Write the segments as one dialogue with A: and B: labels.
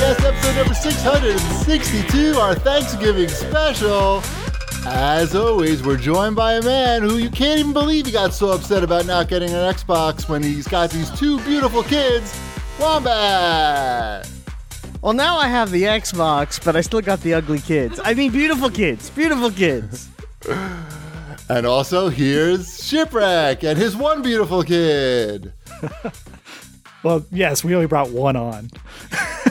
A: number 662, our Thanksgiving special. As always, we're joined by a man who you can't even believe he got so upset about not getting an Xbox when he's got these two beautiful kids, Wombat.
B: Well, now I have the Xbox, but I still got the ugly kids. I mean, beautiful kids, beautiful kids.
A: And also, here's Shipwreck and his one beautiful kid.
C: Well, yes, we only brought one on.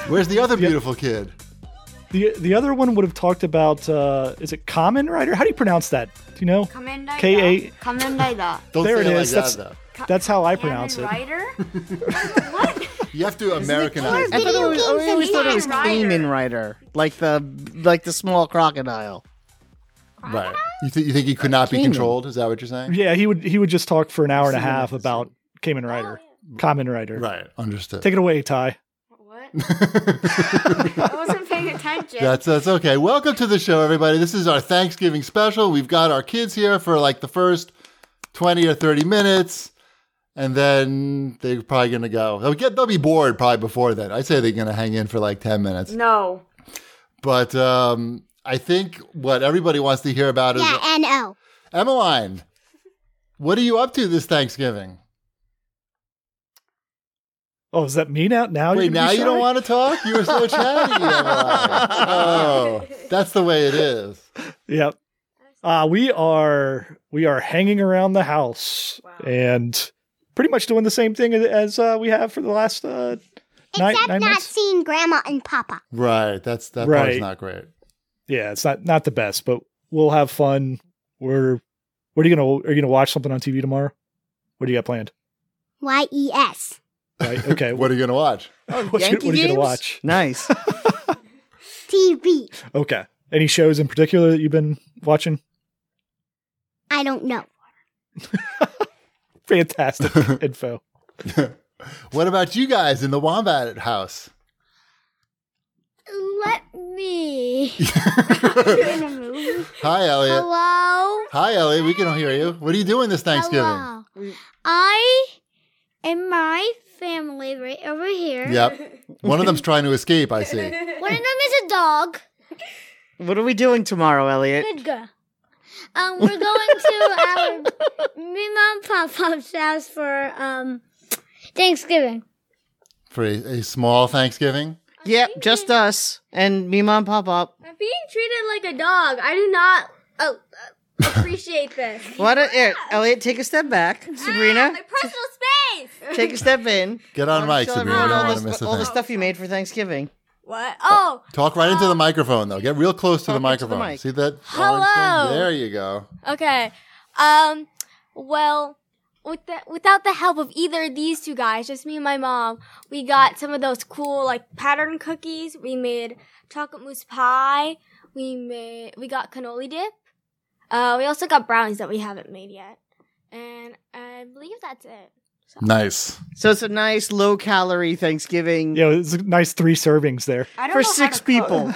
A: Where's the other beautiful kid?
C: The the other one would have talked about uh, is it common rider? How do you pronounce that? Do you know?
D: 仮面ライダー。
C: K8
D: 仮面ライダー。
A: Don't
C: There
A: say
C: it
A: it
C: is,
A: like
C: that's-
A: that, though.
C: That's how I pronounce it.
D: Kamen Rider? what?
A: You have to Americanize
B: I
A: it.
B: thought it was, I always thought it was
D: Kamen Rider.
B: Kamen Rider, like the like the small crocodile.
A: Right. You, th- you think he could not be
B: Kamen.
A: controlled? Is that what you're saying?
C: Yeah, he would he would just talk for an hour and a
A: Seen it,
C: half
A: I've seen
C: about Kamen Rider, Common Rider.
A: Right. Understood.
C: Take it away, Ty.
D: What? I wasn't paying attention.
A: That's that's okay. Welcome to the show, everybody. This is our Thanksgiving special. We've got our kids here for like the first twenty or thirty minutes, and then they're probably gonna go. They'll get they'll be bored probably before then. I'd say they're gonna hang in for like ten minutes.
D: no.
A: But um, I think what everybody wants to hear about is
E: Yeah, and oh,
A: Emmeline. What are you up to this Thanksgiving?
C: Oh, is that me now? Now
A: Wait,
C: you're gonna
A: now
C: be
A: you
C: shy?
A: don't want to talk? You were so chatty. Emmeline. Oh, that's the way it is.
C: Yep. Uh, we are we are hanging around the house and pretty much doing the same thing as- as uh, we have for the last uh, nine
E: except
C: nine
E: not
C: months.
E: seeing Grandma and Papa.
A: Right. That's that part's
C: Right.
A: not great.
C: Yeah, it's not not the best, but we'll have fun. We're what are you gonna are you gonna watch something on TV tomorrow? What do you got planned?
E: Y E S.
C: Right. Okay.
A: What are you gonna watch?
C: what, you-
B: Oh, Yankee
C: what are you
B: games?
C: gonna watch?
B: Nice.
E: TV.
C: Okay. Any shows in particular that you've been watching?
E: I don't know.
C: Fantastic info.
A: What about you guys in the Wombat house?
E: Let me.
A: Hi, Elliot.
E: Hello.
A: Hi, Elliot. We can all hear you. What are you doing this Thanksgiving?
E: Hello. I and my family right over here.
A: Yep. One of them's trying to escape, I see.
E: One of them is a dog.
B: what are we doing tomorrow, Elliot?
E: Good girl. Um, we're going to our me mom pop pop's house for um Thanksgiving.
A: For a, a small Thanksgiving?
B: Yep, just us and me, mom, pop up.
F: I'm being treated like a dog. I do not uh, uh, appreciate this.
B: What? A, here, Elliot, take a step back. Sabrina,
F: Ah, My personal space.
B: take a step in.
A: Get on mic,
B: Tell
A: Sabrina.
B: everyone
A: Don't
B: all,
A: let 'em miss
B: the,
A: a
B: all the
A: thing.
B: stuff you made for Thanksgiving.
F: What? Oh,
A: Talk right into the microphone, though. Get real close to the
B: Talk into the
A: microphone.
B: mic.
A: See that?
F: Hello.
A: orange thing? There you go.
F: okay. Um, well, with the, without the help of either of these two guys, just me and my mom, we got some of those cool like pattern cookies. We made chocolate mousse pie. We made we got cannoli dip. Uh, we also got brownies that we haven't made yet, and I believe that's it.
A: Nice.
B: So it's a nice low calorie Thanksgiving
C: Yeah, it's a nice three servings there.
D: I don't
B: for
D: know how
B: six
D: to cook.
B: people.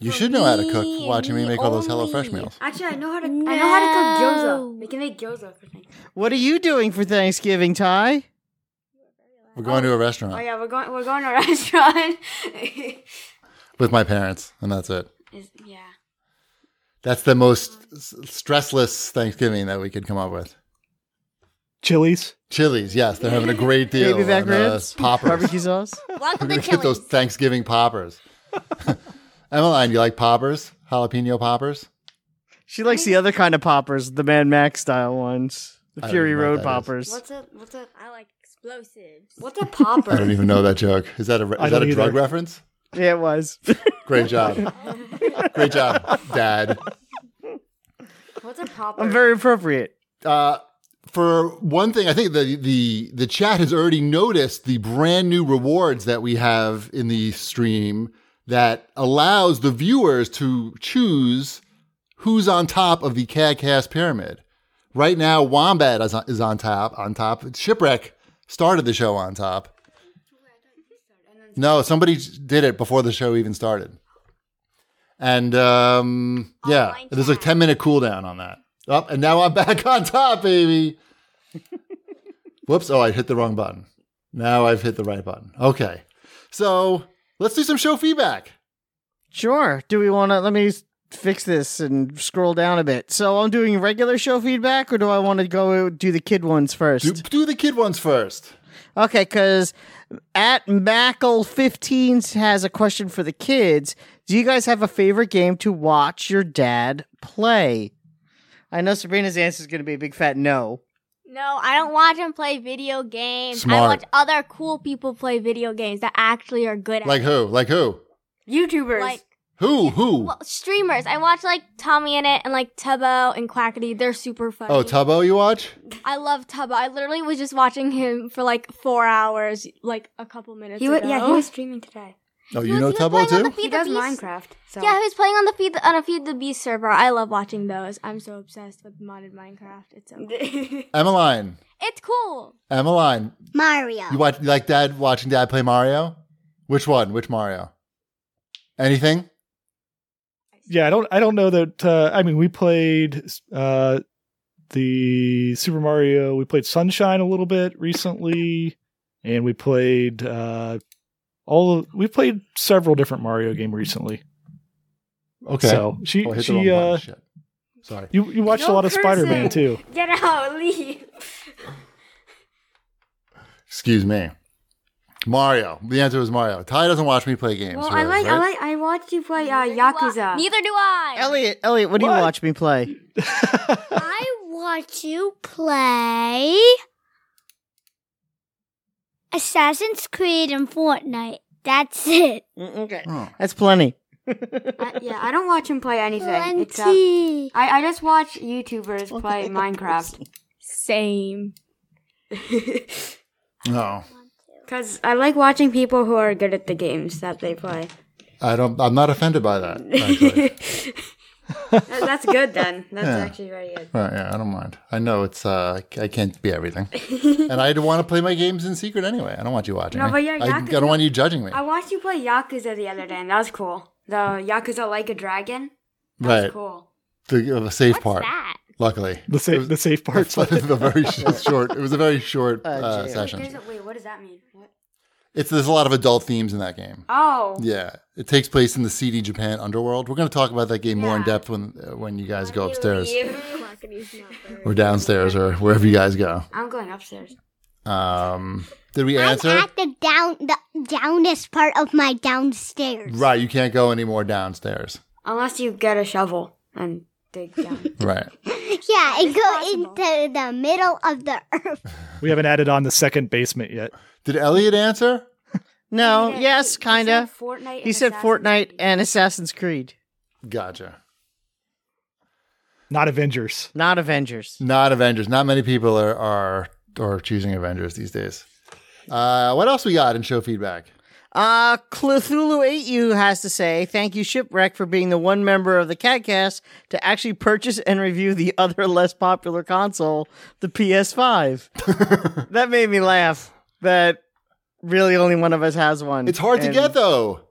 A: You
F: For
A: should know how to
F: me
A: cook
F: and
A: watching me
F: me
A: make all those
F: only.
A: HelloFresh meals.
D: Actually, I know how to. I know how to cook
F: No.
D: gyoza. We can make gyoza for Thanksgiving.
B: what are you doing for Thanksgiving, Ty?
A: We're going to a
D: Oh
A: restaurant
D: yeah, we're going. We're going to a restaurant.
A: with my parents, and that's it.
D: Is- yeah.
A: That's the most s- stressless Thanksgiving that we could come up with.
C: Chili's.
A: Chili's, yes, they're having a great deal.
B: Baby back
A: on, uh,
B: ribs,
A: poppers.
B: barbecue sauce.
F: Welcome
A: We're gonna
F: to
A: get those
F: Chili's.
A: Thanksgiving poppers. Emmeline, you like poppers? Jalapeno poppers?
B: She likes the other kind of poppers, the Mad Max style ones, the
A: I don't
B: Fury
A: even know what
B: Road
A: that is.
B: poppers.
D: What's a what's a
F: I like explosives.
D: what's a
A: I don't
D: popper?
A: even know that joke. Is that a re-
C: I
A: is that a
C: don't either.
A: drug reference?
B: Yeah, it was.
A: Great job, great job, Dad.
D: What's a popper?
B: I'm very appropriate.
A: Uh, for one thing, I think the the the chat has already noticed the brand new rewards that we have in the stream that allows the viewers to choose who's on top of the CADcast pyramid. Right now, Wombat is on, is on top. On top, Shipwreck started the show on top. No, somebody did it before the show even started. And um, yeah,
F: Online
A: there's a
F: chat.
A: 10 minute cooldown on that. Up and now I'm back on top, baby. Whoops! Oh, I hit the wrong button. Now I've hit the right button. Okay. So let's do some show feedback.
B: Sure. Do we want to? Let me s- fix this and scroll down a bit. So I'm doing regular show feedback, or do I want to go do the kid ones first?
A: Do,
B: Okay, 'cause
A: do the kid ones first.
B: Okay, because at Mackle 15 has a question for the kids. Do you guys have a favorite game to watch your dad play? I know Sabrina's answer is going to be a big fat no.
F: No, I don't watch him play video games. I
A: Smart.
F: watch other cool people play video games that actually are good at
A: Like who? Like who?
D: YouTubers.
F: like
A: Who? Who?
F: well, streamers. I watch like Tommy in it and like Tubbo and Quackity. They're super funny.
A: Oh, Tubbo, you watch?
F: I love Tubbo. I literally was just watching him for like four hours, like a couple minutes
D: he
F: ago.
D: was, yeah, he was streaming today.
A: Oh,
F: He
A: you
F: was-
A: know
F: he was playing
A: Tubbo
F: on the
A: too?
F: Feed
D: he
F: the
D: does
F: Beast-
D: Minecraft. So.
F: Yeah, he was playing on the feed on a feed the beast server. I love watching those. I'm so obsessed with modded Minecraft. It's so
A: Emmeline.
F: it's cool.
A: Emmeline.
E: Mario.
A: You watch you like dad watching dad play Mario? Which one? Which Mario? Anything?
C: Yeah, I don't I don't know that uh, I mean we played uh the Super Mario, we played Sunshine a little bit recently and we played uh all of, we played several different Mario game recently.
A: Okay.
C: So she
A: Oh, I hit the
C: she
A: wrong
C: uh
A: button. Shit. Sorry.
C: you you watched
D: No
C: a lot of Spider-Man
D: cursing.
C: too.
D: Get out, leave.
A: Excuse me. Mario. The answer was Mario. Ty doesn't watch me play games.
D: Well,
A: really,
D: I like, I
A: right?
D: like, I watched you play uh,
F: Well,
D: Yakuza.
F: Neither do I.
B: Elliot, Elliot, what, do you
C: What?
B: watch me play?
E: I watch you play Assassin's Creed and Fortnite. That's it.
B: Okay.
A: Oh.
B: That's plenty.
D: I, yeah, I don't watch him play anything. except-
E: Plenty.
D: I, I just watch YouTubers play Minecraft.
F: Same.
A: No.
D: Because I like watching people who are good at the games that they play.
A: I don't I'm not offended by that. Actually.
D: That- that's good then. That's
A: Yeah.
D: actually very good.
A: Right, yeah, I don't mind. I know it's uh I can't be everything. and I want to play my games in secret anyway. I don't want you watching
D: No,
A: me.
D: but Oh, you're
A: I, I
D: Yakuza.
A: don't want you judging me.
D: I watched you play Yakuza the other day, and that was cool. The Yakuza Like a Dragon. That
A: right.
D: was cool.
A: The, uh, the safe part.
F: That.
A: Luckily.
C: the safe the safe parts.
A: It was a very sh- short. It was a very short
D: Oh,
B: Uh,
A: uh,
B: gee.
A: session.
D: There's a- wait, what does that mean? What?
A: It's there's a lot of adult themes in that game.
D: Oh.
A: Yeah, it takes place in the seedy Japan underworld. We're going to talk about that game more in depth when uh, when you guys go upstairs or downstairs or wherever you guys go.
D: I'm going upstairs.
A: Um, did we
E: I'm
A: answer?
E: at the down the downest part of my downstairs.
A: Right, you can't go anymore downstairs.
D: Unless you get a shovel and dig down.
A: Right.
E: Yeah, and go into the middle of the earth.
C: we haven't added on the second basement yet.
A: Did Elliot answer?
B: No, yes, kind of.
D: Fortnite.
B: He said Fortnite and Assassin's Creed,
A: Gotcha.
C: Not Avengers.
B: not Avengers.
A: Not Avengers. Not many people are are, are choosing Avengers these days. Uh, what else we got in show feedback?
B: Uh, Cthulhu8U has to say, thank you, Shipwreck, for being the one member of the CatCast to actually purchase and review the other less popular console, the PS5. that made me laugh that really only one of us has one.
A: It's hard to
B: And-
A: get though.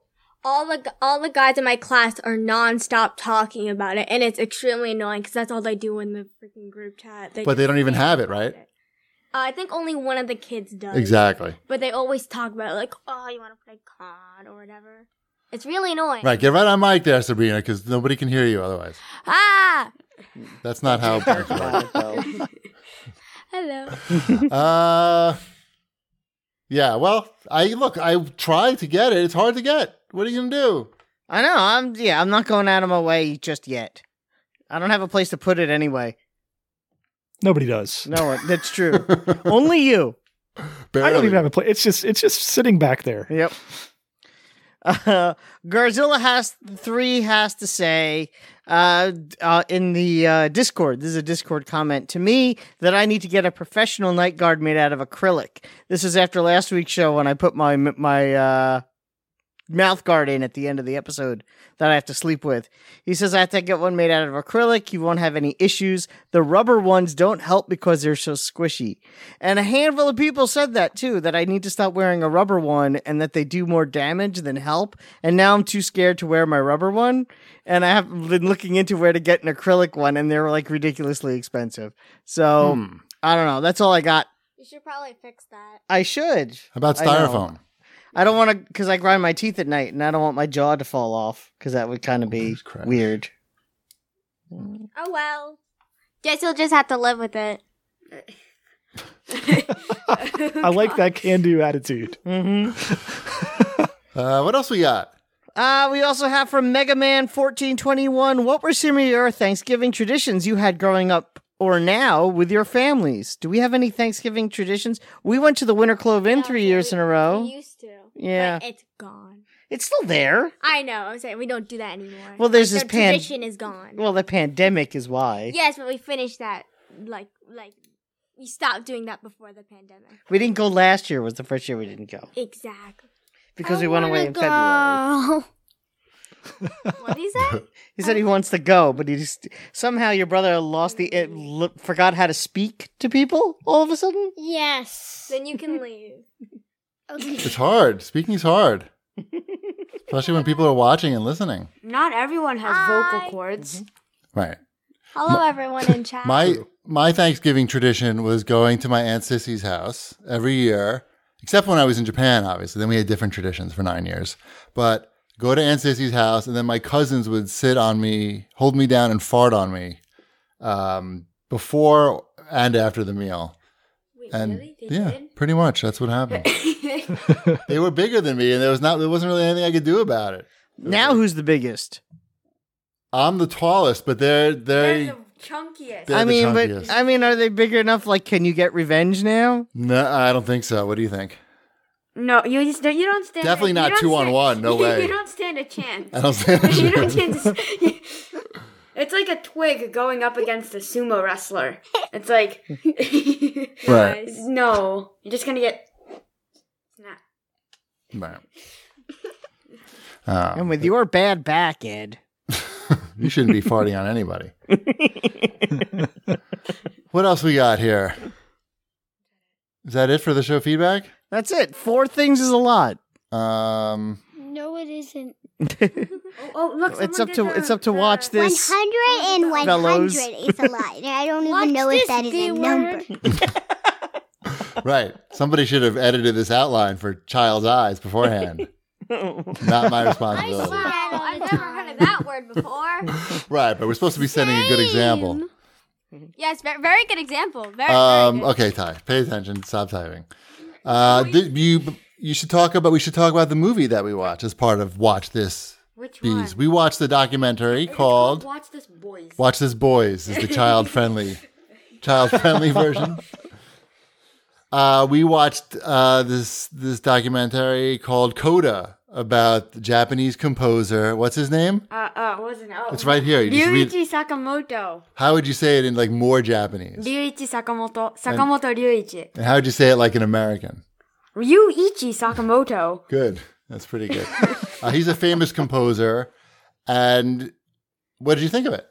F: All the gu- all the guys in my class are nonstop talking about it, and it's extremely annoying because that's all they do in the freaking group chat.
A: But they don't even have it, right?
F: Uh, I think only one of the kids does.
A: Exactly.
F: But they always talk about it, like, oh, you want to play COD or whatever. It's really annoying.
A: Right, get right on mic there, Sabrina, because nobody can hear you otherwise.
F: Ah,
A: That's not how it works.
F: hello.
A: uh, yeah, well, I look, I tried to get it. It's hard to get. What are you gonna do?
B: I know. I'm yeah. I'm not going out of my way just yet. I don't have a place to put it anyway.
C: Nobody does.
B: No, uh, that's true. Only you.
A: Barely.
C: I don't even have a play. It's just it's just sitting back there.
B: Yep. Uh, Garzilla has three has to say uh, d- uh, in the uh, Discord. This is a Discord comment to me that I need to get a professional night guard made out of acrylic. This is after last week's show when I put my my uh, mouth guard in at the end of the episode that I have to sleep with. He says I have to get one made out of acrylic. You won't have any issues. The rubber ones don't help because they're so squishy. And a handful of people said that too, that I need to stop wearing a rubber one and that they do more damage than help. And now I'm too scared to wear my rubber one. And I have been looking into where to get an acrylic one and they're like ridiculously expensive. So I don't know. That's all I got.
F: You should probably fix that.
B: I should.
A: How about
B: I know.
A: styrofoam?
B: I don't want to because I grind my teeth at night, and I don't want my jaw to fall off because that would kind of be
A: Jesus Christ.
B: weird.
F: Oh well. Guess you'll just have to live with it.
C: I like that can do attitude.
B: hmm
A: Uh, what else we got?
B: Uh, we also have from Mega Man fourteen twenty one. What were some of your Thanksgiving traditions you had growing up or now with your families? Do we have any Thanksgiving traditions? We went to the Winter Clove Inn
F: No,
B: three
F: we-
B: years in a row.
F: We used to.
B: Yeah.
F: But it's gone.
B: It's still there.
F: I know. I'm saying we don't do that anymore.
B: Well, there's
F: Like,
B: this
F: the
B: pan-
F: tradition is gone.
B: Well, the pandemic is why
F: yes, but we finished that. Like, like we stopped doing that before the pandemic.
B: we didn't go last year. Was the first year we didn't go
F: Exactly.
B: because
E: I
B: we went
E: wanna
B: away in
E: go.
B: February.
F: What is that?
B: He said he wants to go, but he just somehow your brother lost the it, l- forgot how to speak to people all of a sudden.
E: Yes.
F: then you can leave.
E: Okay.
A: It's hard. Speaking is hard, especially when people are watching and listening.
D: Not everyone has
F: Hi.
D: vocal cords.
A: Right.
F: Hello, everyone in chat.
A: My my Thanksgiving tradition was going to my aunt Sissy's house every year, except when I was in Japan. Obviously, then we had different traditions for nine years. But go to aunt Sissy's house, and then my cousins would sit on me, hold me down, and fart on me um, before and after the meal.
D: Wait,
A: And
D: They
A: yeah,
D: did?
A: pretty much that's what happened. they were bigger than me, and there was not there wasn't really anything I could do about it.
B: Now who's the biggest?
A: I'm the tallest, but they're
D: They're
A: they're.
D: the
B: Mm-hmm.
D: chunkiest.
A: They're
B: I
A: the
B: mean,
A: chunkiest.
B: but I mean, are they bigger enough? Like, can you get revenge now?
A: No, I don't think so. What do you think?
D: No, you just you don't stand.
A: Definitely
D: you
A: not
D: don't
A: two on
D: stand-
A: one, no
D: you,
A: way.
D: You don't stand a chance.
A: I don't think.
D: you don't stand. A, it's like a twig going up against a sumo wrestler. It's like
A: Right.
D: no, you're just gonna get. Nah.
A: Right. Um,
B: And with your bad back, Ed.
A: you shouldn't be farting on anybody. what else we got here? Is that it for the show feedback?
B: That's it. Four things is a lot.
A: Um,
E: No, it isn't.
D: Oh, oh look!
B: it's
D: someone
B: up
D: did
B: to
D: the-
B: it's up to
D: the-
B: watch
E: One
B: this.
E: hundred and one
B: Fellows.
E: hundred is a lot. I don't even
F: Watch
E: know if
F: this
E: that is a
F: B-word.
E: number.
A: right. Somebody should have edited this outline for child's eyes beforehand. Not my
F: I
A: responsibility.
F: swear, Oh, I've never heard of that word before.
A: Right, but we're supposed to be setting a good example.
F: Yes, ve- very good example. Very, very
A: Um,
F: good.
A: okay, Ty, pay attention. Stop typing. Uh, th- you you should talk about we should talk about the movie that we watch as part of watch this
D: Which one?
A: bees. We watched the documentary
D: It's
A: called
D: Watch this, boys.
A: Watch This Boys is the child friendly, child friendly version. Uh, we watched uh, this this documentary called Coda about the Japanese composer. What's his name?
D: Uh, uh, what was it? Oh,
A: It's right here. You just
D: Ryuichi
A: read.
D: Sakamoto.
A: How would you say it in like more Japanese?
D: Ryuichi Sakamoto. Sakamoto Ryuichi.
A: And how would you say it like an American?
D: Ryuichi Sakamoto.
A: Good. That's pretty good. uh, he's a famous composer. And what did you think of it?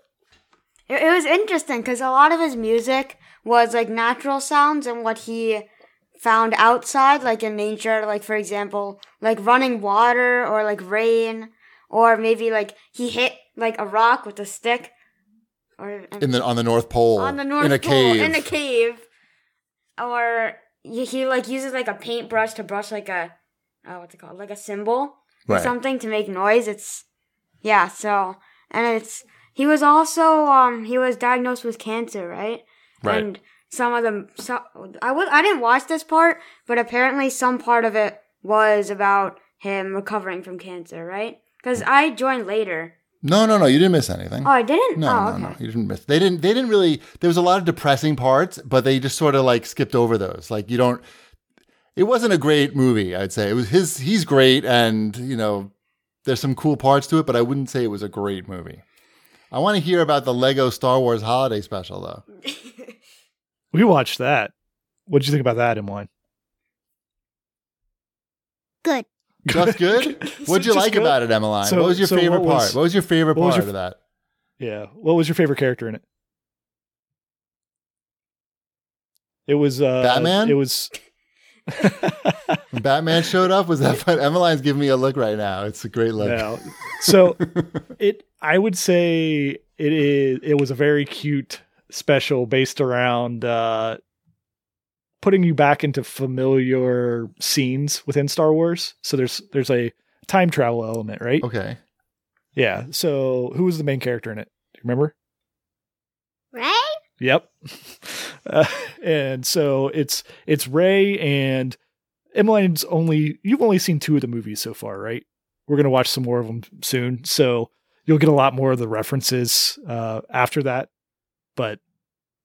D: It, it was interesting because a lot of his music was like natural sounds and what he found outside, like in nature, like for example, like running water or like rain, or maybe like he hit like a rock with a stick, or
A: In the on the North Pole.
D: on the North
A: in a
D: Pole
A: cave.
D: in a cave, or he, he like uses like a paintbrush to brush like a uh, what's it called like a symbol or
A: Right.
D: something to make noise. It's yeah. So and it's he was also um he was diagnosed with cancer, right?
A: Right.
D: And some of them so I was I didn't watch this part, but apparently some part of it was about him recovering from cancer, right? Because I joined later.
A: No, no, no. You didn't miss anything.
D: Oh, I didn't.
A: No,
D: oh,
A: no, no. You didn't miss. They didn't. They didn't really. There was a lot of depressing parts, but they just sort of like skipped over those. Like you don't. It wasn't a great movie. I'd say it was his. He's great, and you know, there's some cool parts to it, but I wouldn't say it was a great movie. I want to hear about the Lego Star Wars Holiday Special, though.
C: We watched that. What'd you think about that, Emily?
E: Good.
A: Just good. What'd you
C: Just
A: like
C: good.
A: about it, Emmeline?
C: So-
A: what was your
C: so
A: favorite
C: what was-
A: part? What was your favorite
C: what was
A: part
C: your-
A: of that?
C: Yeah. What was your favorite character in it? It was uh,
A: Batman?
C: It was.
A: When Batman showed up. Was that fun? Emmeline's giving me a look right now. It's a great look.
C: No. So it I would say it is it was a very cute special based around uh putting you back into familiar scenes within Star Wars. So there's there's a time travel element, right?
A: Okay.
C: Yeah. So who was the main character in it? Do you remember?
E: right?
C: Yep. Uh, and so it's it's Ray and Emmeline's only you've only seen two of the movies so far, right? We're gonna watch some more of them soon, so you'll get a lot more of the references uh, after that. But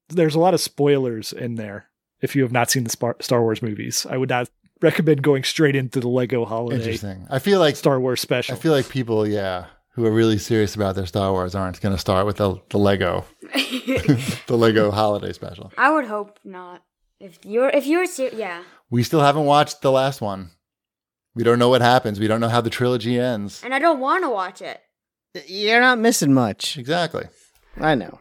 C: there's a lot of spoilers in there if you have not seen the Spar- Star Wars movies. I would not recommend going straight into the Lego Holiday
A: Interesting. I feel like
C: Star Wars special.
A: I feel like people, yeah, who are really serious about their Star Wars aren't going to start with the, the Lego, the Lego holiday special.
D: I would hope not. If you're, if you're, ser- yeah.
A: We still haven't watched the last one. We don't know what happens. We don't know how the trilogy ends.
D: And I don't want to watch it.
B: You're not missing much.
A: Exactly.
B: I know.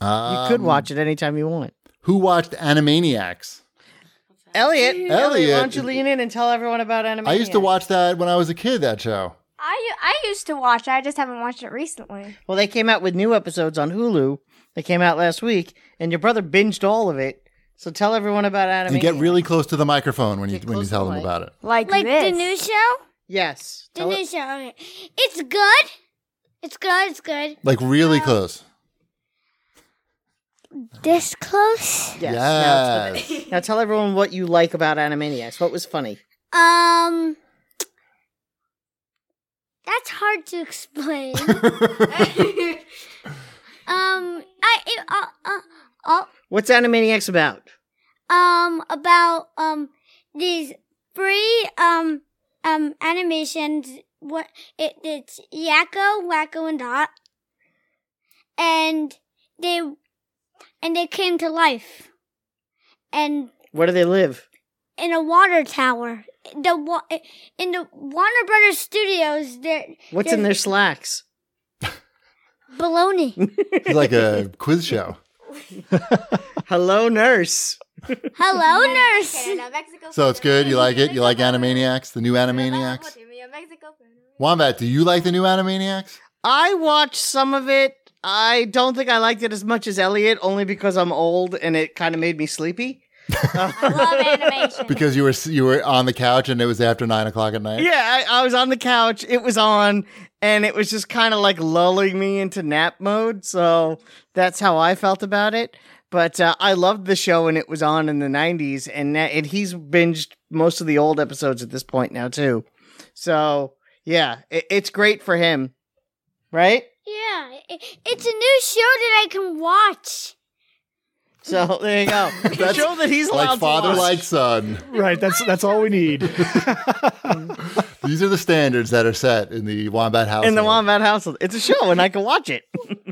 B: You
A: Um,
B: could watch it anytime you want.
A: Who watched Animaniacs?
B: Elliot, Elliot, why don't
A: Elliot-
B: you lean in and tell everyone about Animaniacs?
A: I used to watch that when I was a kid. That show.
F: I I used to watch. it. I just haven't watched it recently.
B: Well, they came out with new episodes on Hulu. They came out last week, and your brother binged all of it. So tell everyone about Animaniacs.
A: and get really close to the microphone when you
B: Get
A: when you
B: close
A: tell
B: to the
A: them
B: mic.
A: about it.
D: Like,
E: Like
D: this.
E: the new show?
B: Yes.
E: The
B: Tell
E: new
B: it-
E: show. Okay. It's good. It's good. It's good.
A: Like really close.
E: This close.
B: yes. Now, it's-
A: Yes.
B: now tell everyone what you like about Animaniacs. What was funny?
E: Um. That's hard to explain. um, I it, uh, uh, uh,
B: What's Animaniacs about?
E: um about um these three um um animations what it, it's Yakko, Wacko and Dot and they and they came to life and
B: Where do they live?
E: in a water tower the wa- in the Warner Brothers studios they're
B: What's in their slacks?
E: baloney
A: It's like a quiz show.
B: Hello, nurse.
E: hello nurse
F: Canada, Mexico.
A: So it's good. You like it. You like Animaniacs, the new Animaniacs. Wombat, do you like the new Animaniacs?
B: I watched some of it. I don't think I liked it as much as Elliot, only because I'm old and it kind of made me sleepy.
F: I love animation.
A: Because you were you were on the couch and it was after nine o'clock at night.
B: Yeah, I, I was on the couch. It was on, and it was just kind of like lulling me into nap mode. So that's how I felt about it. But uh, I loved the show, and it was on in the '90s, and that, and he's binged most of the old episodes at this point now too. So yeah, it, it's great for him, right?
E: yeah it, it's a new show that I can watch
B: So there you go. the
A: That's
B: show that he's allowed
A: Like father,
B: to watch.
A: like son.
C: right. That's that's all we need.
A: These are the standards that are set in the Wombat house.
B: in the Wombat household. It's a show, and I can watch it.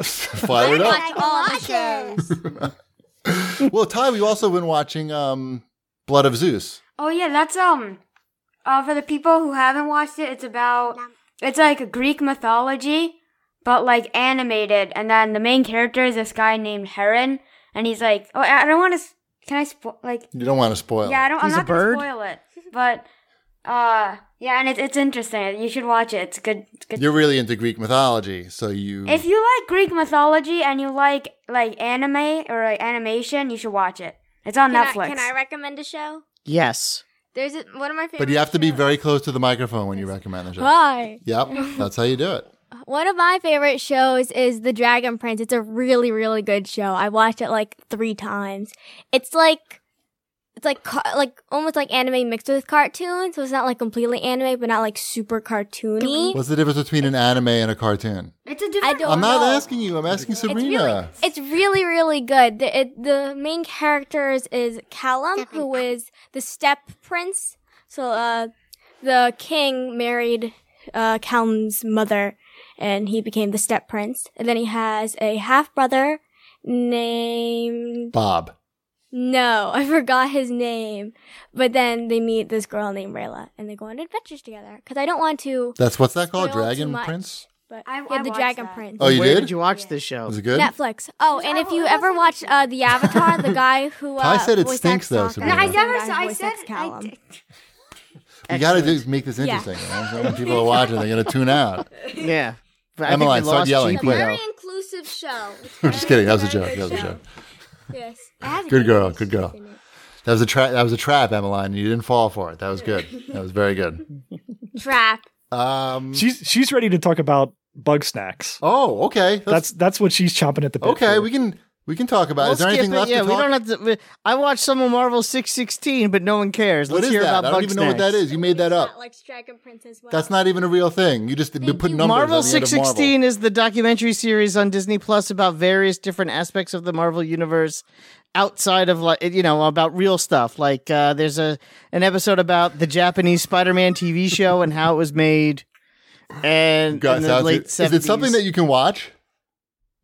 A: Fire it up.
F: Watch all the
E: Watch
F: shows.
A: Well, Ty, we've also been watching um, Blood of Zeus.
D: Oh yeah, that's um uh for the people who haven't watched it, it's about it's like Greek mythology, but like animated, and then the main character is this guy named Heron, and he's like, oh, I I don't want to. Can I spoil? Like,
A: You don't want to spoil.
D: yeah, I don't.
B: He's a
D: I'm not gonna
B: bird?
D: spoil it, but uh, yeah, and it's it's interesting. You should watch it. It's good. It's good.
A: You're really into Greek mythology, so you.
D: if you like Greek mythology and you like like anime or like animation, you should watch it. It's on
F: Can I,
D: Netflix.
F: can I recommend a show?
B: Yes.
F: There's a, one of my favorite.
A: but you have to be
F: shows.
A: very close to the microphone when you recommend the show.
F: Why?
A: Yep, that's how you do it.
F: One of my favorite shows is The Dragon Prince. It's a really, really good show. I watched it like three times. It's like, it's like, ca- like almost like anime mixed with cartoon. So it's not like completely anime, but not like super cartoony.
A: What's the difference between an anime and a cartoon?
D: it's a
F: I
D: different.
F: don't
A: I'm not
F: know.
A: asking you. I'm asking
F: It's
A: Sabrina.
F: really, it's really, really good. The, it, the main characters is Callum, who is the step prince. So, uh, the king married uh, Callum's mother, and he became the step prince. And then he has a half brother named
A: Bob.
F: No, I forgot his name. But then they meet this girl named Rayla, and they go on adventures together. Because I don't want to.
A: That's what's that called?
F: spoil too
A: Dragon
F: much,
A: Prince.
F: But
D: I-
F: yeah,
D: I
F: the
D: watched
F: Dragon
D: that.
F: Prince.
A: Oh, you
B: Where
A: did?
B: did you watch this show?
A: Was it good?
F: Netflix. Oh, and if you ever watch uh, the Avatar, the guy who uh,
A: Ty said it
F: voice
A: stinks,
F: acts
A: though,
F: Sokka,
A: Sabrina. No, I
F: the
D: never
F: guy
D: saw-
F: who
D: I
F: voice
D: said
F: acts
D: I
F: Callum.
D: did-
A: We got to do, make this
F: Yeah.
A: interesting. you know? When people are watching, they're going to tune out.
B: Yeah. But
A: Emmeline,
B: we
A: start
B: lost
A: yelling,
B: Chico,
A: please.
B: though.
F: inclusive show.
A: I'm just kidding. That was a joke. That was a joke.
F: Yes.
A: Good girl. Good girl. That was a trap. That was a trap, Emmeline. You didn't fall for it. That was good. That was very good.
F: Trap.
A: Um.
C: She's she's ready to talk about bug snacks.
A: oh, okay. That's,
C: That's that's what she's chomping at the bit.
A: okay.
C: for.
A: We can we can talk about. it.
B: We'll
A: Is there
B: skip
A: anything
B: it.
A: left
B: yeah,
A: to talk?
B: we don't have to. we- I watched some of Marvel 616, but no one cares.
A: what
B: Let's
A: is
B: hear
A: that?
B: about
A: I
B: bug
A: don't even know what that
B: snacks.
A: is. You made that
F: Not
A: up.
F: like Dragon Prince as well.
A: That's not even a real thing. You just put numbers.
B: Marvel
A: on the end of
B: 616 is the documentary series on Disney Plus about various different aspects of the Marvel universe outside of like you know about real stuff like uh, there's a an episode about the Japanese Spider-Man TV show and how it was made and
A: Guys,
B: in
A: how's
B: the
A: it-
B: late 70s.
A: Is it something that you Oh, can watch?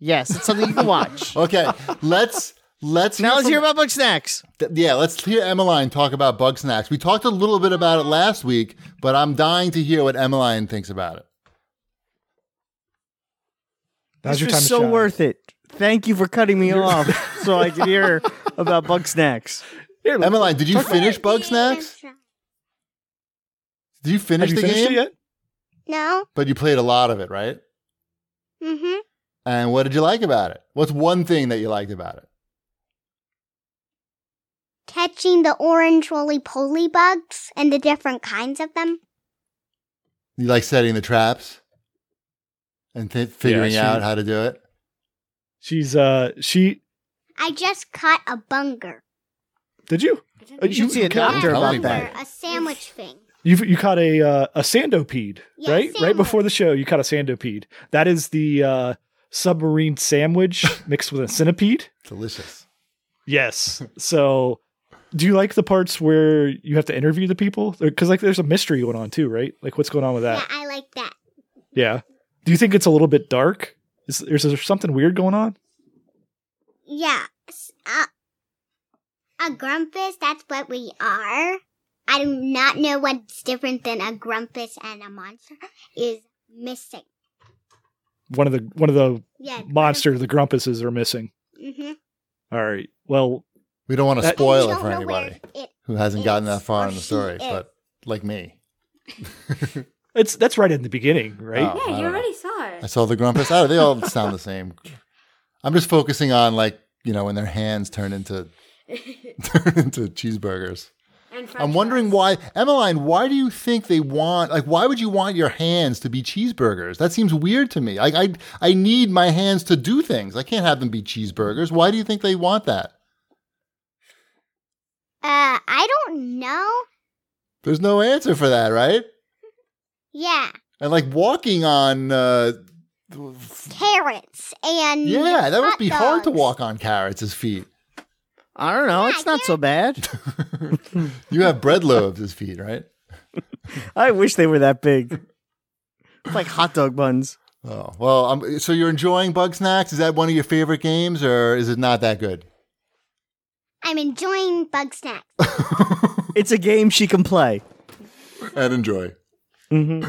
B: Yes, it's something you can watch.
A: Okay. let's let's
B: now let's
A: from-
B: hear about Bug Snacks.
A: Th- Yeah, let's hear Emmeline talk about bug snacks. We talked a little bit about it last week, but I'm dying to hear what Emmeline thinks about it.
C: Now's
B: This
C: your
B: was
C: time to
B: so
C: shine.
B: worth it. Thank you for cutting me off so I could hear about Bug Snacks.
C: Here, look,
A: Emmeline, did you finish bug
E: Being
A: snacks?
E: tra-
A: Did you
C: have
A: finish
C: you
A: the
C: finished
A: game?
C: it yet?
E: No.
A: But you played a lot of it, right?
E: Mm-hmm.
A: And what did you like about it? What's one thing that you liked about it?
E: Catching the orange roly poly bugs and the different kinds of them.
A: You like setting the traps and th- figuring
C: she-
A: out how to do it.
C: She's uh she
E: I just caught a bunger.
C: did you Uh,
B: You should see a
C: caught-
B: doctor
A: tell
B: about
A: me
B: that.
E: A sandwich thing.
C: You you caught a uh, a sandopede,
E: Yeah,
C: right? Right
E: sandwich.
C: before the show, you caught a sandopede. That is the uh, submarine sandwich mixed with a centipede.
A: Delicious.
C: Yes. So, do you like the parts where you have to interview the people? Because like, there's a mystery going on too, right? Like, what's going on with
E: Yeah,
C: that?
E: I like that.
C: Yeah. Do you think it's a little bit dark? Is, is there something weird going on?
E: Yeah. s- Uh, a grumpus, that's what we are. I do not know what's different than a grumpus and a monster is missing.
C: One of the one of the
E: Yeah.
C: monster, the grumpuses are missing.
E: Mm-hmm.
C: All right. Well,
A: We don't want to
C: That-
A: spoil it for anybody
E: It,
A: who hasn't gotten that
E: is
A: far
E: or
A: in the
E: she
A: story,
E: is.
A: but like me.
C: it's that's right in the beginning, right?
A: Oh, I
D: Yeah,
A: don't
D: you
A: know.
D: already saw
A: I
D: it.
A: saw the Grumpus. Oh, they all sound the same. I'm just focusing on like you know when their hands turn into turn into cheeseburgers.
D: And
A: I'm wondering why, Emmeline. Why do you think they want like Why would you want your hands to be cheeseburgers? That seems weird to me. Like I I need my hands to do things. I can't have them be cheeseburgers. Why do you think they want that?
E: Uh, I don't know.
A: There's no answer for that, right?
E: Yeah.
A: And like walking on. Uh,
E: Carrots and.
A: yeah, that must
E: hot
A: be hard to
E: dogs.
A: walk on carrots' feet.
B: I don't know.
E: Yeah,
B: it's not so bad.
A: You have bread loaves as feet, right?
B: I wish they were that big. It's like hot dog buns.
A: Oh well, um, so you're enjoying Bug Snacks? Is that one of your favorite games, or is it not that good?
E: I'm enjoying bug snacks.
B: It's a game she can play.
A: And enjoy.
B: hmm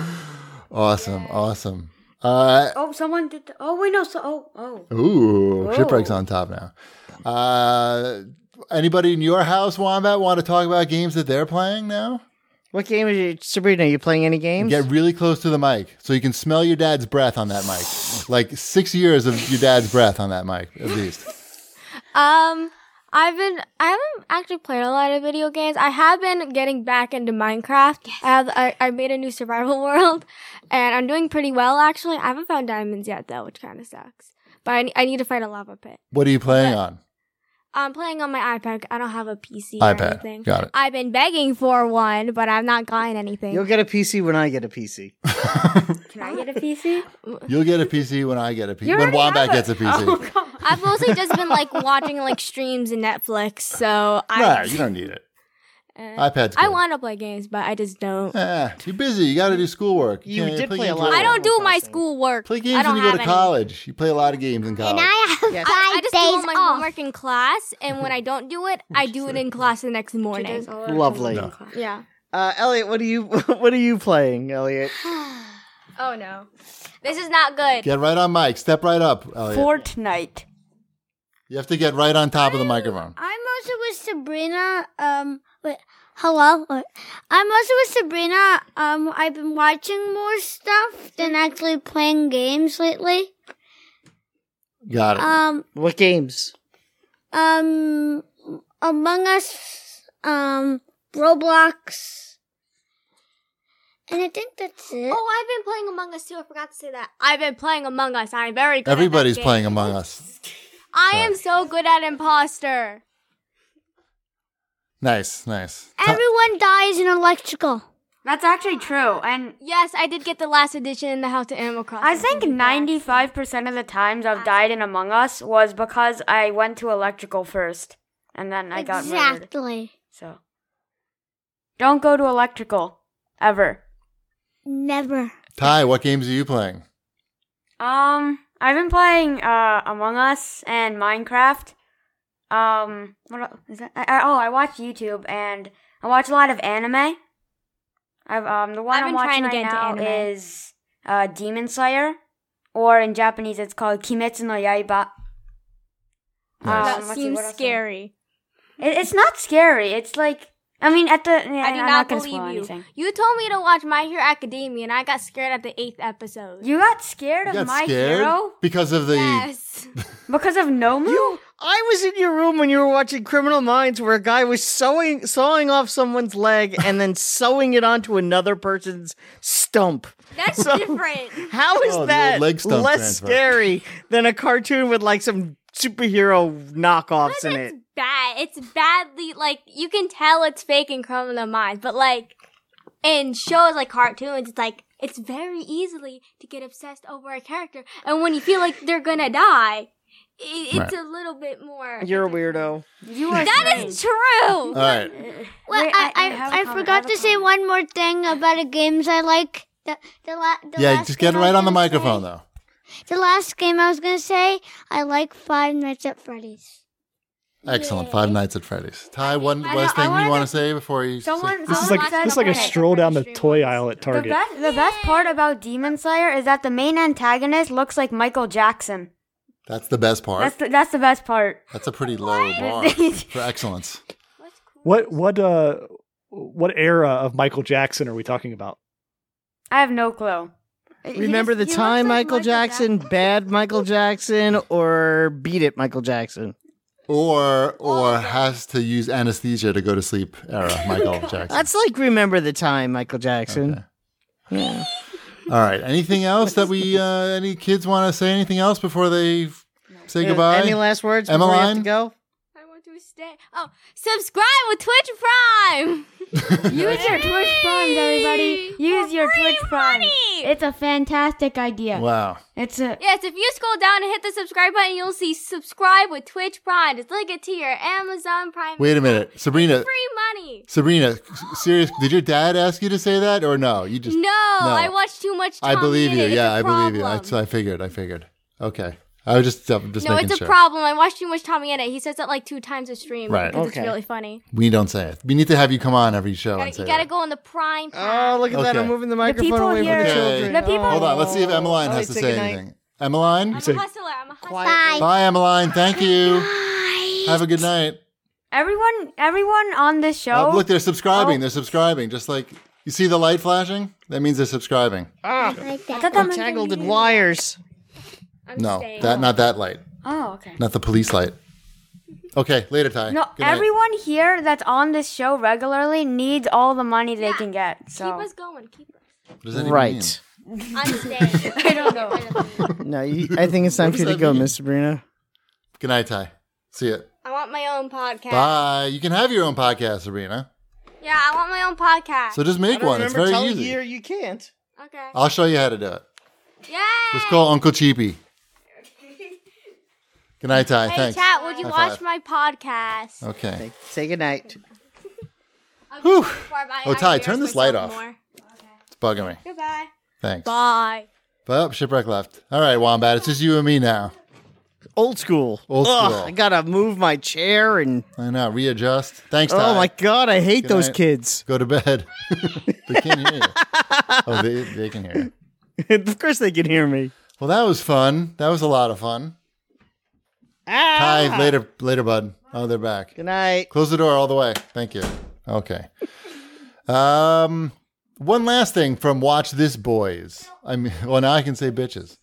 A: Awesome, awesome. Uh,
D: Oh, someone did. The, oh, wait, no. So, oh, oh.
A: ooh,
D: Whoa.
A: shipwreck's on top now. Uh, anybody in your house, Wombat, want to talk about games that they're playing now?
B: What game are you, Sabrina? You playing any games?
A: Get really close to the mic so you can smell your dad's breath on that mic. Like six years of your dad's breath on that mic, at least.
F: Um, I've been I haven't actually played a lot of video games. I have been getting back into Minecraft. I, have, I I made a new survival world, and I'm doing pretty well actually. I haven't found diamonds yet though, which kind of sucks. But I, ne- I need to find a lava pit.
A: What are you playing on?
F: I'm Um, playing on my iPad. I don't have a PC or
A: iPad.
F: anything.
A: Got it.
F: I've been begging for one, but I've not gotten anything.
B: You'll get a PC when I get a PC.
D: Can I get a PC?
A: You'll get a PC when I get a PC.
D: You
A: When
D: already
A: Wombat
D: have
A: gets a PC.
D: Oh, God.
F: I've mostly just been like watching like streams and Netflix, so I
A: Right, you don't need it.
F: Uh,
A: iPad's
F: I
A: good.
F: want to play games, but I just don't.
A: Ah, you're busy. You got to do schoolwork.
B: You
A: can't
B: did play a
A: games
B: lot.
A: all
F: I
A: day.
F: don't do my
B: Processing.
F: school work.
A: play
F: I
A: games
F: don't
A: when you go
F: have
A: to
F: any.
A: college. You play a lot of games in college.
E: And I have
B: Yes.
F: I, I
E: five
F: just do all
E: days
F: my
E: off.
F: homework in class, and when I don't do it, I do it in class the next
D: She does
F: morning.
D: all her
B: Lovely.
D: homework.
F: Yeah.
B: Uh, Elliot, what are you? What are you playing, Elliot?
F: Oh no, this is not good.
A: Get right on mic. Step right up, Elliot.
G: Fortnite.
A: You have to get right on top of the microphone.
E: I'm also with Sabrina. Um, wait, hello. Wait. I'm also with Sabrina. Um, I've been watching more stuff than actually playing games lately.
A: Got it.
E: Um,
B: What games?
E: um, Among Us um, Roblox. And I think that's it.
F: Oh, I've been playing Among Us too. I forgot to say that. I've been playing Among Us. I'm very good. at that
A: Everybody's
F: game.
A: playing Among Us.
F: I am so good at imposter.
A: Nice, nice. Ta-
E: Everyone dies in electrical.
D: That's actually true. And
F: Yes, I did get the last edition in the How to Animal Crossing.
D: I think 95% of the times I've died in Among Us was because I went to electrical first and then I got murdered.
E: exactly.
D: So don't go to electrical ever.
E: Never.
A: Ty, what games are you playing?
D: Um, I've been playing uh Among Us and Minecraft. Um, what el- is that? I, I, oh, I watch YouTube and I watch a lot of anime. I've um the one
F: I've
D: am
F: been
D: watching
F: trying to
D: right
F: get into
D: now
F: anime.
D: is uh Demon Slayer, or in Japanese it's called Kimetsu no Yaiba. Um,
A: Nice.
F: that
D: let's see,
F: seems
D: what else?
F: scary.
D: It, it's not scary. It's like I mean at the
F: I do
D: I'm
F: not,
D: gonna
F: believe you.
D: spoil anything.
F: You told me to watch My Hero Academia, and I got scared at the eighth episode.
D: You got scared
A: You
D: of
A: got
D: my
A: scared
D: hero
A: because of the
F: yes.
D: because of Nomu.
B: I was in your room when you were watching Criminal Minds, where a guy was sewing sawing off someone's leg and then sewing it onto another person's stump.
F: That's
B: So-
F: different.
B: How is
A: Oh, the
B: that
A: old leg
B: less
A: stump transfer.
B: scary than a cartoon with like some superhero knockoffs
F: But
B: in
F: it's
B: it?
F: bad. It's badly like you can tell it's fake in Criminal Minds, but like in shows like cartoons, it's like it's very easily to get obsessed over a character, and when you feel like they're gonna die, it, it's a little bit more.
B: You're a weirdo.
D: You are
F: That is true.
A: All right.
E: Well,
D: Wait,
E: I,
D: I-
E: I,
D: I have a
E: I,
D: comment, I
E: forgot
D: have a
E: to say
D: comment.
E: one more thing about the games I like. The, the, la- the
A: yeah,
E: last
A: just get
E: game I
A: right
E: was
A: on the
E: gonna say-
A: microphone though.
E: The last game I was going to say, I like Five Nights at Freddy's.
A: Excellent. Five Nights at Freddy's. Ty, one
D: I
A: last
D: know- I
A: thing you
D: wanted
A: want to
D: to-
A: say before you.
D: Someone-
A: say,
C: This is
D: someone
C: like
D: said-
C: this is like a
D: okay.
C: stroll down the
F: Extreme
C: toy
F: ones.
C: aisle at
D: The
C: Target.
D: best, the best part about Demon Slayer is that the main antagonist looks like Michael Jackson.
A: that's the best part.
D: That's the, that's the best part.
A: That's a pretty low bar for excellence.
C: What what uh what era of Michael Jackson are we talking about?
D: I have no clue. He
B: Remember
D: just-
B: the
D: he looks
B: time
D: like
B: Michael, Jackson, bad Michael Jackson, or beat it Michael Jackson?
A: Or
F: Oh,
A: or has to use anesthesia to go to sleep. Era Michael Jackson.
B: That's like remember the time Michael Jackson. Yeah.
A: All right. Anything else that we uh, any kids want to say? Anything else before they f- say goodbye?
B: Any last words before we have to
A: Emmeline?
B: go?
F: I want to stay. Oh, subscribe with Twitch Prime.
D: Use your Twitch Primes, everybody. Use
F: For
D: your
F: free
D: Twitch Primes.
F: money!
D: It's a fantastic idea.
A: wow.
D: It's a
F: Yes, if you scroll down and hit the subscribe button, you'll see subscribe with Twitch Prime. Just link it to your Amazon Prime.
A: Wait a minute, Sabrina.
F: Free money.
A: Sabrina, s- serious? Did your dad ask you to say that or no? You just
F: No, I watch too much.
A: I
F: Tommy
A: believe
F: and
A: you.
F: it. It's
A: Yeah,
F: a
A: I believe you.
F: problem.
A: That's what I figured. I figured. Okay. I was just I'm just
F: no,
A: making
F: it's a
A: sure.
F: problem. I watch too much Tommy and it. He says that like two times a stream.
A: Right.
F: Because
B: Okay.
F: It's really funny.
A: We don't say it. We need to have you come on every show
F: Gotta-
A: and say
F: you gotta
A: that.
F: go on the Prime.
B: Oh,
F: Pass.
B: look at that!
A: Okay.
B: I'm moving the
D: people
B: microphone away from the
D: here-
B: children.
D: the people-
B: Oh.
A: Hold on. Let's see if Emmeline
B: Oh,
A: has to
B: say
A: say
B: goodnight.
A: anything. Emmeline.
F: I'm
C: Say-
F: a hustler. I'm a hustler.
E: Bye.
A: Bye, Emmeline. Thank you. Have a good night.
D: everyone. Everyone on this show.
A: Oh, look, they're subscribing.
D: Oh.
A: They're subscribing. Just like you see the light flashing. That means they're subscribing.
B: Ah,
E: Like that.
D: thought that meant-
B: tangled in wires.
F: I'm
A: No,
F: staying.
A: that not that light.
D: Oh, okay.
A: Not the police light. Okay, later, Ty.
D: No,
A: Good night.
D: everyone here that's on this show regularly needs all the money they
F: Yeah.
D: can get.
F: Keep
D: So
F: us going. Keep us.
A: What does that even mean?
B: Right.
F: I'm staying.
D: I don't know.
B: No, you, I think it's time for you to
A: that
B: go,
A: mean?
B: Miss Sabrina.
A: Good night, Ty. See ya.
F: I want my own podcast.
A: Bye. You can have your own podcast, Sabrina.
F: Yeah, I want my own podcast.
A: So just make one. It's very easy.
B: you can't.
F: okay.
A: I'll show you how to do it.
F: Yeah.
A: Just call Uncle Cheapy. Good night, Ty.
F: Hey,
A: Thanks.
F: chat, would you
A: High
F: watch
A: five.
F: my podcast?
A: Okay.
B: Say goodnight.
F: I'm
A: Whew.
F: going for it, but I-
A: Oh, Ty,
F: I embarrass
A: turn this light
F: myself
A: off.
F: more.
A: It's bugging me.
F: Goodbye.
A: Thanks.
F: Bye.
A: Well, shipwreck left. All right, Wombat. It's just you and me now.
B: Old school.
A: Old
B: Ugh,
A: school.
B: I gotta move my chair and.
A: I know. Readjust. Thanks, Ty.
B: Oh my god, I hate
A: Good
B: those
A: night.
B: kids.
A: Go to bed. they can't hear you. Oh, they, they can hear you.
B: of course, they can hear me.
A: Well, that was fun. That was a lot of fun.
B: Ah!
A: Ty, later, later, bud. Oh, they're back.
B: Good night.
A: Close the door all the way. Thank you. Okay. Um, one last thing from Watch This Boys. I mean, well, now I can say bitches.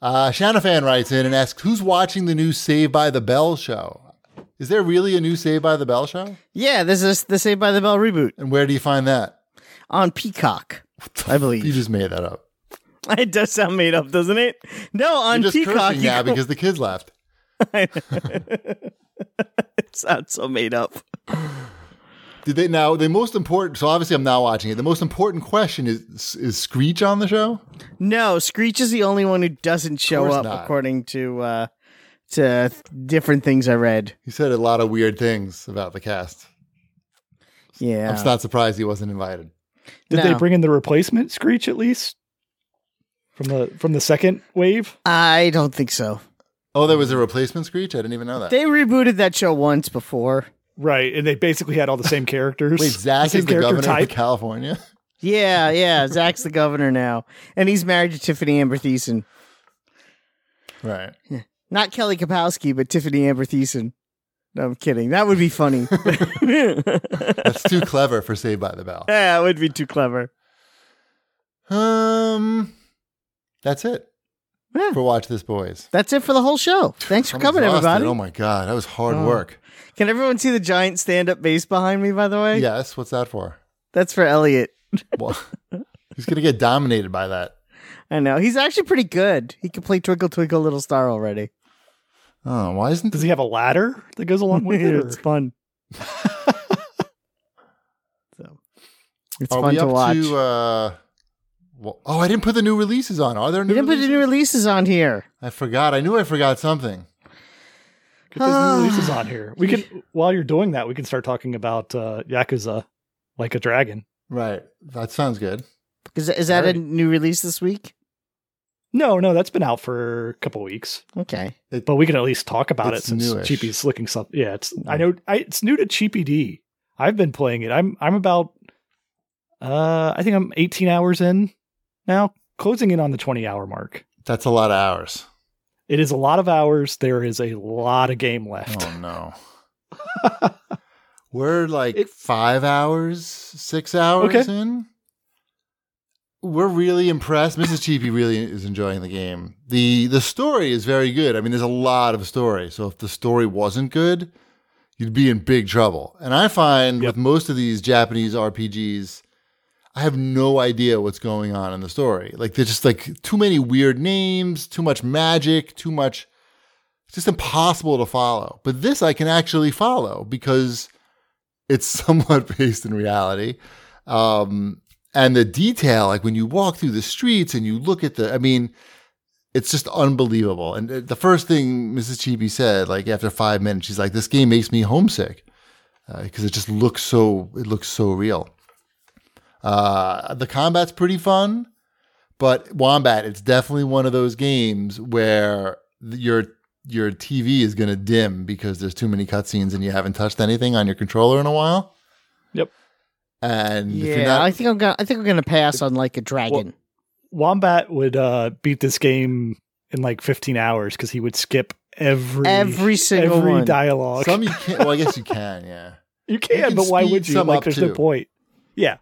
A: Uh, Shanafan writes in and asks, "Who's watching the new Save by the Bell show? Is there really a new Save by the Bell show?
B: Yeah, this is the Saved by the Bell reboot
A: And where do you find that?
B: on Peacock, I
A: You
B: believe.
A: just made that up.
B: It does sound made up, doesn't it? No, on
A: You're just
B: Peacock.
A: cursing
B: you
A: now
B: go-
A: because the kids left.
B: it sounds so made up.
A: Did they now? The most important. So obviously, I'm not watching it. The most important question is: Is Screech on the show?
B: No, Screech is the only one who doesn't show
A: course
B: up,
A: not.
B: according to uh, to different things I read.
A: He said a lot of weird things about the cast.
B: Yeah,
A: I'm just not surprised he wasn't invited.
C: Did
B: No.
C: they bring in the replacement Screech at least from the from the second wave?
B: I don't think so.
A: Oh, there was a replacement Screech. I didn't even know that.
B: They rebooted that show once before.
C: Right, and they basically had all the same characters.
A: Wait, Zach
C: same
A: is the
C: character
A: governor
C: type.
A: of California.
B: Yeah, yeah. Zach's the governor now, and he's married to Tiffany Amber Thiessen.
A: right.
B: Not Kelly Kapowski, but Tiffany Amber Thiessen. No, I'm kidding. That would be funny.
A: That's too clever for Saved by the Bell.
B: yeah, it would be too clever.
A: Um, that's it
B: Yeah.
A: for Watch This Boys.
B: That's it for the whole show. Thanks for
A: I'm
B: coming,
A: exhausted.
B: everybody.
A: Oh my god, that was hard
B: Oh.
A: work.
B: Can everyone see the giant stand-up bass behind me? By the way,
A: Yes, what's that for?
B: that's for Elliot.
A: Well, he's gonna get dominated by that.
B: I know he's actually pretty good. He can play Twinkle Twinkle Little Star already.
A: Oh, why isn't
C: Does
A: this?
C: he have a ladder that goes along with it? or-
B: it's fun. so it's
A: Are
B: fun
A: we
B: to
A: up
B: watch.
A: to? Uh, well, oh, I didn't put the new releases on. Are there
B: you
A: new?
B: didn't put
A: releases?
B: any releases on here.
A: I forgot. I knew I forgot something.
C: Get those new releases on here. We can while you're doing that, we can start talking about uh, Yakuza, like a dragon.
A: Right. That sounds good.
B: Is, is that
C: Alright.
B: a new release this week?
C: No, no, that's been out for a couple weeks,
B: Okay.
C: but we can at least talk about
A: It's
C: it since
A: newish.
C: Cheapy's looking something. Yeah, it's I know I, it's new to Cheapy D. I've been playing it. I'm I'm about uh I think I'm 18 hours in now, closing in on the 20 hour mark.
A: That's a lot of hours.
C: It is a lot of hours. There is a lot of game left.
A: Oh no. We're like
C: It-
A: five hours, six hours
C: Okay.
A: in. We're really impressed. Mrs. Cheapy really is enjoying the game. The the story is very good. I mean, there's a lot of story. So if the story wasn't good, you'd be in big trouble. And I find
C: Yep.
A: with most of these Japanese RPGs, I have no idea what's going on in the story. Like there's just like too many weird names, too much magic, too much it's just impossible to follow. But this I can actually follow because it's somewhat based in reality. Um, and the detail, like when you walk through the streets and you look at the, I mean, it's just unbelievable. And uh, the first thing Mrs. Chibi said, like after five minutes, she's like, "This game makes me homesick because it just looks so, it looks so real." Uh, the combat's pretty fun, but Wombat, it's definitely one of those games where th- your your TV is going to dim because there's too many cutscenes and you haven't touched anything on your controller in a while.
C: Yep.
A: And if
B: Yeah,
A: you're not,
B: I think I'm gonna. I think I'm gonna pass on like a dragon.
C: Wombat would uh, beat this game in like 15 hours because he would skip every
B: Every single
C: every
B: one.
C: dialogue.
A: some you can't. Well, I guess you can. Yeah.
C: you can,
A: can
C: but why
A: speed
C: would you?
A: some
C: Like,
A: up,
C: there's
A: too.
C: no point. Yeah,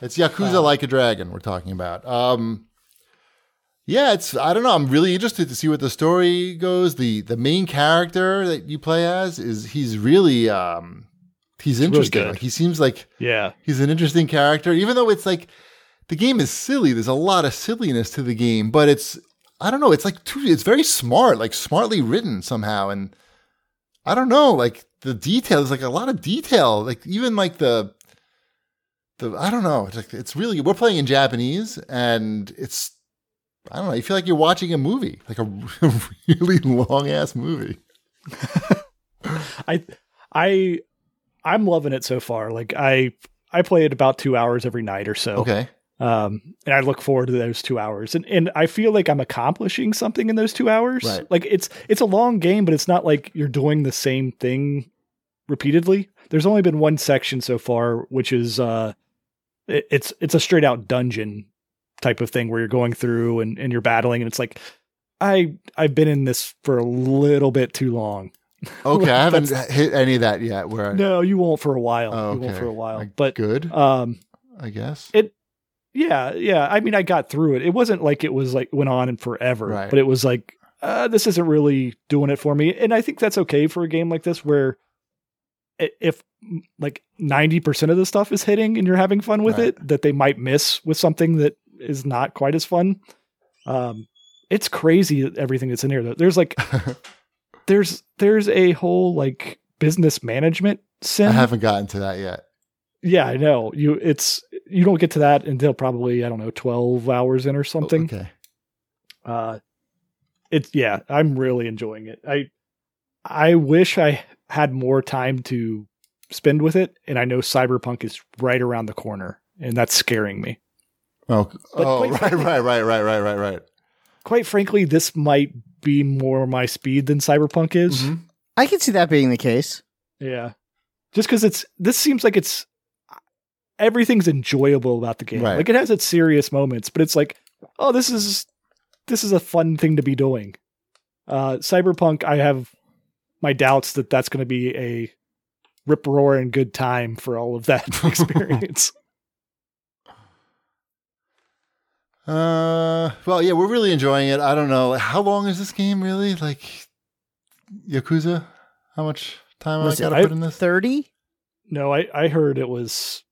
A: It's Yakuza Like a Dragon we're talking about. Um, yeah, it's I don't know. I'm really interested to see what the story goes. The the main character that you play as is he's really um he's interesting.
C: good.
A: Like, he seems like
C: yeah.
A: he's an interesting character, even though it's like the game is silly. There's a lot of silliness to the game, but it's I don't know. It's like too, it's very smart, like smartly written somehow, and I don't know. Like the detail is like a lot of detail. Like even like the the I don't know. It's like it's really we're playing in Japanese, and it's I don't know. You feel like you're watching a movie, like a really long ass movie.
C: I I I'm loving it so far. Like I I play it about two hours every night or so.
A: Okay,
C: um, and I look forward to those two hours. And and I feel like I'm accomplishing something in those two hours.
A: Right.
C: Like it's it's a long game, but it's not like you're doing the same thing repeatedly. There's only been one section so far, which is uh, it- it's it's a straight out dungeon type of thing where you're going through and and you're battling, and it's like. I I've been in this for a little bit too long.
A: okay. I haven't
C: That's-
A: hit any of that yet. Where
C: No, you won't for a while.
A: Oh,
C: You won't
A: okay.
C: for a while.
A: Like,
C: But
A: good,
C: um
A: I guess.
C: Yeah, yeah. I mean, I got through it. It wasn't like it was like went on and forever,
A: Right.
C: but it was like uh, this isn't really doing it for me. And I think that's okay for a game like this where i- if mm, like 90% of the stuff is hitting and you're having fun with
A: Right.
C: it, that they might miss with something that is not quite as fun. Um, it's crazy everything that's in here though. There's like there's there's a whole like business management sim.
A: I haven't gotten to that yet.
C: yeah, I know. You it's you don't get to that until probably, I don't know, 12 hours in or something
A: Oh, Okay.
C: uh it's yeah i'm really enjoying it i i wish i had more time to spend with it and i know cyberpunk is right around the corner and that's scaring me
A: Oh, oh
C: quite
A: right, right, right, right, right, right, right.
C: quite frankly this might be more my speed than cyberpunk is
A: Mhm.
B: I can see that being the case.
C: yeah just because it's this seems like it's everything's enjoyable about the game
A: Right.
C: like it has its serious moments but it's like oh this is this is a fun thing to be doing uh cyberpunk i have my doubts that that's going to be a rip roaring good time for all of that experience
A: Uh, well, yeah, we're really enjoying it. I don't know how long is this game really? Like Yakuza? How much time
B: Was it
A: I got to
C: I-
A: put in this?
B: 30?
C: no i i heard it was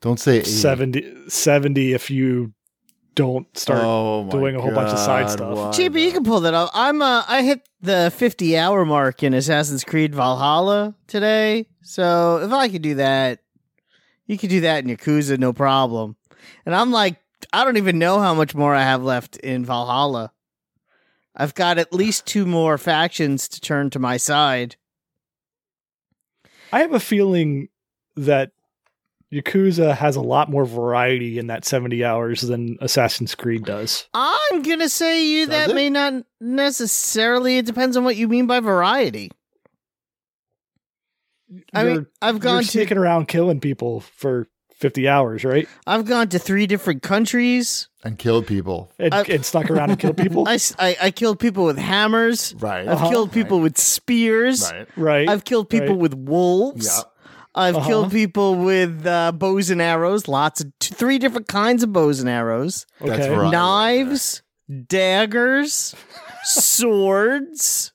A: Don't say 80.
C: 70 70 if you don't start
A: Oh my
C: doing a whole bunch of side stuff.
A: why
B: Gee, but you
A: not?
B: can pull that off. I'm uh, I hit the 50 hour mark in Assassin's Creed Valhalla today. So if I could do that, you could do that in Yakuza, no problem. And I'm like, I don't even know how much more I have left in Valhalla. I've got at least two more factions to turn to my side.
C: I have a feeling that Yakuza has a lot more variety in that 70 hours than Assassin's Creed does.
B: I'm gonna say you
A: Does
B: that
A: it?
B: may not necessarily. It depends on what you mean by variety. I mean,
C: You're-
B: I've gone
C: you're
B: to
C: sneaking around killing people for 50 hours, right?
B: I've gone to three different countries.
A: and killed people.
C: And,
B: I-
C: and snuck around and killed
A: Oh.
C: people,
B: I, s- I- I killed people with hammers.
A: Uh-huh. Right.
C: Uh-huh.
B: I've killed people with spears.
A: Right.
C: right?
B: I've killed people
C: Right.
B: with wolves.
A: Yeah.
B: I've
C: Uh-huh.
B: killed people with uh, bows and arrows. Lots of t- three different kinds of bows and arrows,
A: That's right.
B: knives, daggers, swords,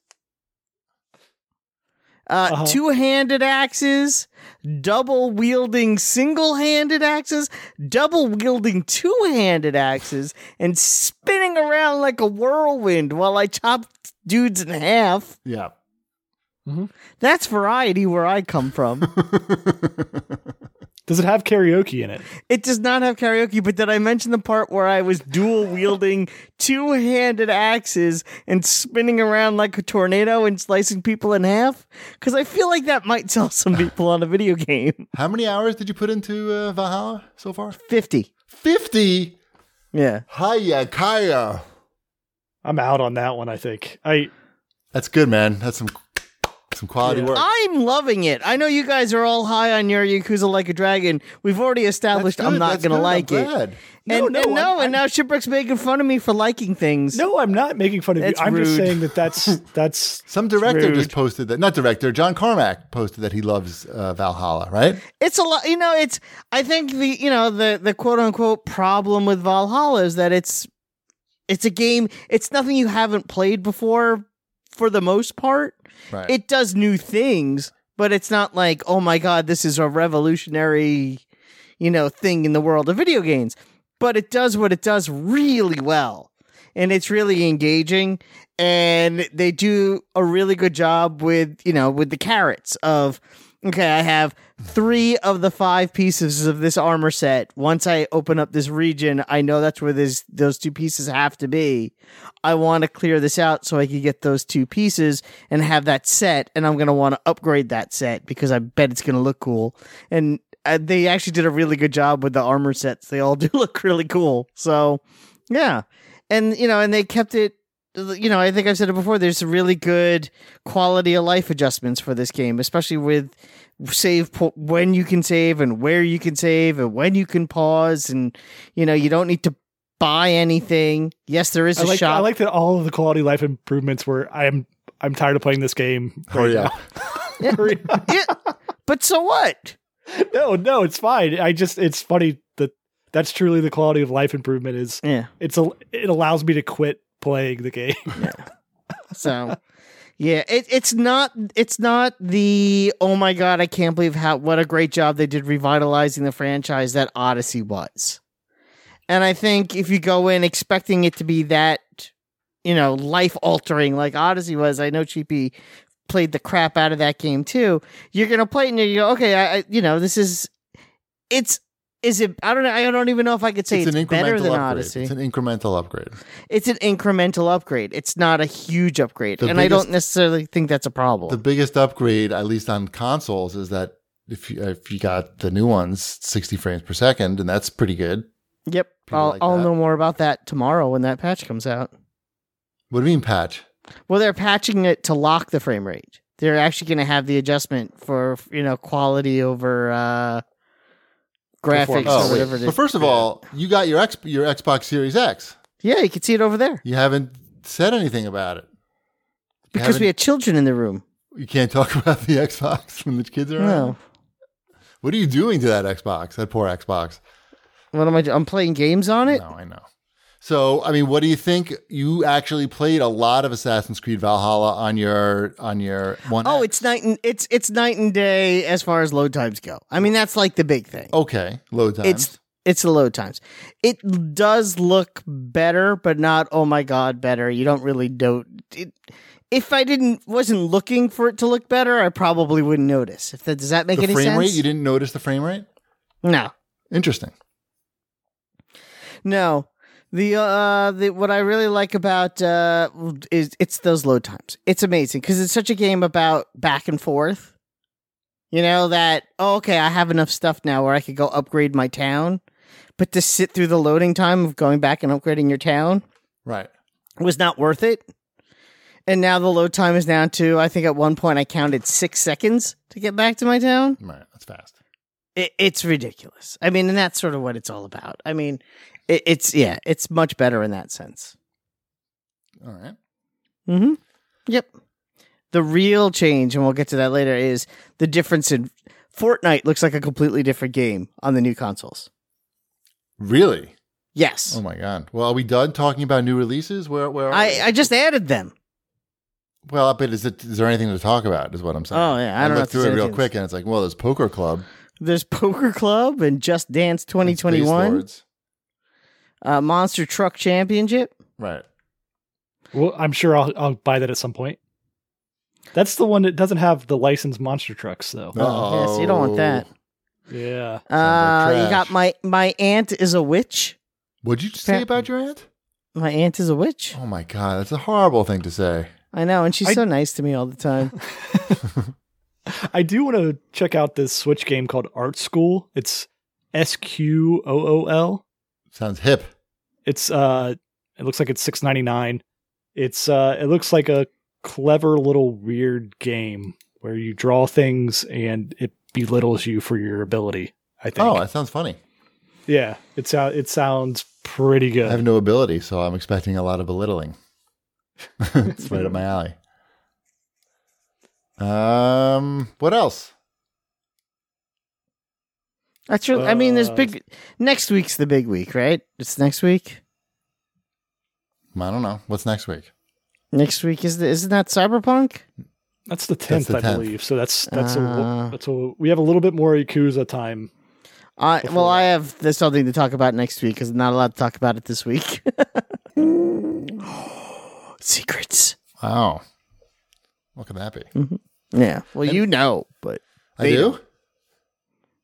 B: uh,
C: Uh-huh.
B: two-handed axes, double wielding single-handed axes, double wielding two-handed axes, and spinning around like a whirlwind while I chop dudes in half.
A: Yeah.
B: That's variety where I come from.
C: Does it have karaoke in it?
B: It does not have karaoke, but did I mention the part where I was dual wielding two handed axes and spinning around like a tornado and slicing people in half? Because I feel like that might sell some people on a video game.
A: How many hours did you put into uh, Valhalla so far?
B: 50.
A: 50.
B: Yeah.
A: Hiya, Kaya.
C: I'm out on that one, I think. I
A: That's good, man. That's some some quality
C: Yeah.
A: work.
B: I'm loving it. I know you guys are all high on your Yakuza Like a Dragon. We've already established I'm not going to like it. And,
C: No, no,
B: and, no,
C: I'm-
B: and now Shipwreck's making fun of me for liking things.
C: No, I'm not making fun of
B: That's
C: you. I'm
B: rude.
C: just saying that that's that's
A: Some director
C: Rude.
A: just posted that. Not director. John Carmack posted that he loves uh, Valhalla. Right.
B: it's a lot you know it's i think the you know the the quote unquote problem with valhalla is that it's it's a game it's nothing you haven't played before for the most part
A: Right.
B: it does new things but it's not like oh my god this is a revolutionary you know thing in the world of video games but it does what it does really well and it's really engaging and they do a really good job with you know with the carrots of okay i have three of the five pieces of this armor set once i open up this region i know that's where this, those two pieces have to be i want to clear this out so i can get those two pieces and have that set and i'm going to want to upgrade that set because i bet it's going to look cool and uh, they actually did a really good job with the armor sets they all do look really cool so yeah and you know and they kept it you know, I think I've said it before. There's really good quality of life adjustments for this game, especially with save po- when you can save and where you can save and when you can pause, and you know, you don't need to buy anything. Yes, there is a
C: I like I
B: shop.
C: like that all of the quality of life improvements were I'm I'm tired of playing this game.
A: Hurry
C: right
A: up.
C: now. Hurry up.
B: Yeah, but so what?
C: no, no, it's fine. I just it's funny that that's truly the quality of life improvement is
B: Yeah,
C: it's a it allows me to quit playing the game.
B: So, yeah, it, it's not it's not the oh my god, I can't believe how what a great job they did revitalizing the franchise that Odyssey was. And I think if you go in expecting it to be that, you know, life altering like Odyssey was, I know Cheapy played the crap out of that game too. You're gonna play it and you go, okay, I, I you know, this is it's is it I don't know I don't even know if I could say it's, better than
A: upgrade.
B: Odyssey
A: It's an incremental upgrade.
B: it's an incremental upgrade. It's not a huge upgrade,
A: The
B: and I don't
A: biggest-
B: necessarily think that's a problem.
A: The biggest upgrade, at least on consoles, is that if you, if you got the new ones, sixty frames per second, and that's pretty good.
B: yep,
A: people
B: I'll,
A: like
B: I'll
A: that.
B: know more about that tomorrow when that patch comes out.
A: What do you mean, patch?
B: Well, they're patching it to lock the frame rate. They're actually going to have the adjustment for you know quality over uh, graphics
C: Performance.
A: Oh,
B: or
A: wait.
B: whatever. it
A: But
B: is.
A: first of all, you got your X, your Xbox Series X.
B: yeah, you can see it over there
A: You haven't said anything about it You
B: because we
A: haven't-
B: had children in the room.
A: You can't talk about the Xbox when the kids are around.
B: No,
A: What are you doing to that Xbox? That poor Xbox.
B: what am I? Do- I'm playing games on it.
A: No, I know. So, I mean, what do you think? You actually played a lot of Assassin's Creed Valhalla on your on your one.
B: Oh,
A: X.
B: it's night and it's it's night and day as far as load times go. I mean, that's like the big thing.
A: okay. Load times.
B: It's it's the load times. It does look better, but not oh my god better. You don't really know. It, if I didn't wasn't looking for it to look better, I probably wouldn't notice. If that does that make
A: the
B: any
A: frame
B: sense?
A: rate. You didn't notice the frame rate.
B: no,
A: Interesting.
B: no. The uh the what I really like about uh is it's those load times. It's amazing because it's such a game about back and forth. You know that oh, okay, I have enough stuff now where I could go upgrade my town, but to sit through the loading time of going back and upgrading your town
A: Right.
B: was not worth it. And now the load time is down to, I think at one point I counted six seconds to get back to my town.
A: Right. That's fast.
B: It, it's ridiculous. I mean, and that's sort of what it's all about. I mean, it, it's, yeah, it's much better in that sense.
A: All right.
B: Mm-hmm. Yep. The real change, and we'll get to that later, is the difference in Fortnite looks like a completely different game on the new consoles.
A: Really?
B: Yes.
A: Oh my god. Well, are we done talking about new releases? Where where? Are we?
B: I, I just added them.
A: well, but is it is there anything to talk about? Is what I'm saying.
B: Oh, yeah, I don't know
A: looked
B: if
A: through it
B: there's
A: real
B: anything.
A: quick, and it's like, well, there's Poker Club, and
B: There's Poker Club and Just Dance
A: Space
B: 2021,
A: Lords.
B: uh, Monster Truck Championship.
A: Right.
C: Well, I'm sure I'll, I'll buy that at some point. That's the one that doesn't have the licensed monster trucks, though.
B: Oh, yes, you don't want that.
C: Yeah.
A: Sounds
B: Uh,
A: like
B: you got
A: trash.
B: my my aunt is a witch.
A: What'd you say
B: Yeah.
A: about your aunt?
B: My aunt is a witch.
A: Oh my god, that's a horrible thing to say.
B: I know, and she's
C: I-
B: so nice to me all the time.
C: I do want to check out this Switch game called Art School. It's S Q O O L.
A: Sounds hip.
C: It's uh, it looks like it's six ninety nine. It's uh, it looks like a clever little weird game where you draw things and it belittles you for your ability. I think.
A: Oh, that sounds funny.
C: yeah. It's uh, it sounds pretty
A: I have
C: good.
A: no ability, so I'm expecting a lot of belittling. it's right up my alley. Um, what else?
B: That's really. I mean, there's
C: Uh,
B: big. Next week's the big week, right? It's next week.
A: I don't know. What's next week?
B: Next week is the, isn't that Cyberpunk?
C: That's the
A: That's
C: tenth,
A: the
C: I
A: 10th.
C: believe. So that's that's
B: Ah.
C: a that's a we have a little bit more Yakuza time.
B: I
C: Before
B: well, I
C: that.
B: have there's something to talk about next week because I'm not allowed to talk about it this week. Secrets.
A: Wow. What could that be?
C: Hmm.
B: Yeah. Well, you know, but
A: I do?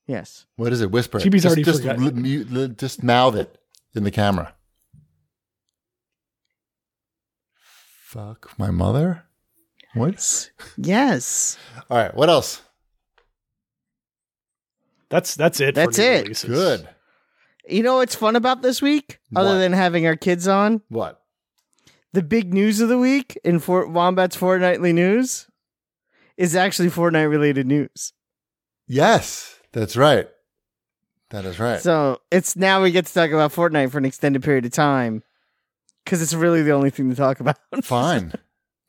B: yes.
A: What is it? Whisper. it.
C: Chibi's
A: just,
C: already
A: just,
C: forgotten.
A: l- mute- l- just mouth it in the camera. Fuck my mother? What?
B: Yes.
A: All right. What else?
C: That's that's it.
B: That's
C: for new
B: it.
C: releases.
A: Good.
B: You know what's fun about this week,
A: What?
B: other than having our kids on?
A: What?
B: the big news of the week in Fort Wombat's fortnightly news is actually Fortnite related news.
A: Yes, that's right. That is right.
B: So it's now we get to talk about Fortnite for an extended period of time because it's really the only thing to talk about.
A: Fine.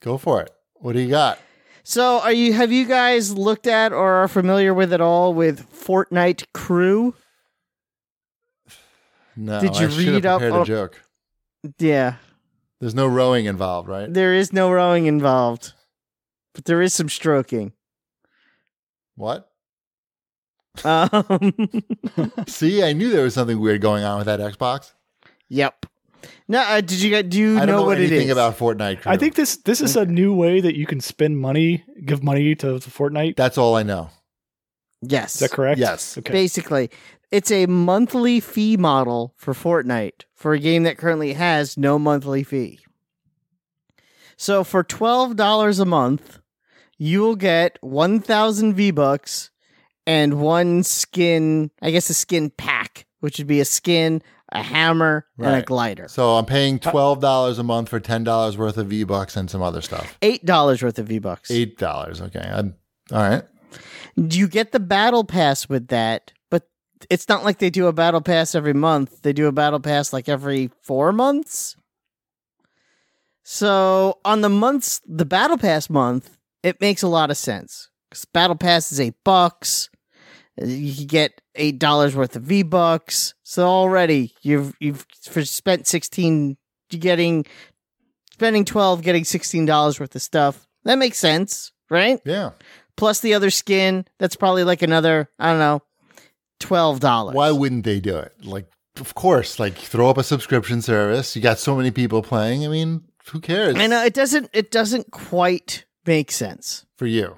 A: Go for it. What do you got?
B: So are you? Have you guys looked at or are familiar with at all with Fortnite Crew?
A: No,
B: Did you
A: I should have
B: read up
A: prepared
B: on-
A: a joke.
B: Yeah,
A: There's no rowing involved, right?
B: There is no rowing involved, but there is some stroking.
A: What?
B: Um,
A: See, I knew there was something weird going on with that Xbox.
B: yep. No, uh, did you guys- do you
A: I don't
B: know, what it
A: anything
B: is?
A: about Fortnite. Crew.
C: I think this this is a new way that you can spend money, give money to, to Fortnite.
A: that's all I know.
B: yes,
C: Is that correct?
A: Yes.
C: Okay.
B: basically, it's a monthly fee model for Fortnite for a game that currently has no monthly fee. So for twelve dollars a month, you will get one thousand V bucks and one skin. I guess a skin pack, which would be a skin, a hammer, and a
A: Right.
B: glider.
A: So I'm paying
B: Uh,
A: twelve dollars a month for ten dollars worth of V Bucks and some other stuff.
B: Eight dollars worth of V bucks.
A: Eight dollars. Okay. I'm, all right.
B: You get the battle pass with that, but it's not like they do a battle pass every month. They do a battle pass like every four months. So on the months, the battle pass month, it makes a lot of sense because battle pass is eight bucks. You could get eight dollars worth of V bucks. So already you've you've for spent sixteen, you're getting spending twelve, getting sixteen dollars worth of stuff. That makes sense, right?
A: Yeah.
B: plus the other skin. That's probably like another, I don't know, twelve dollars.
A: Why wouldn't they do it? Like, of course. Like, throw up a subscription service. You got so many people playing. I mean, who cares?
B: I know uh, it doesn't. It doesn't quite make sense
A: For you.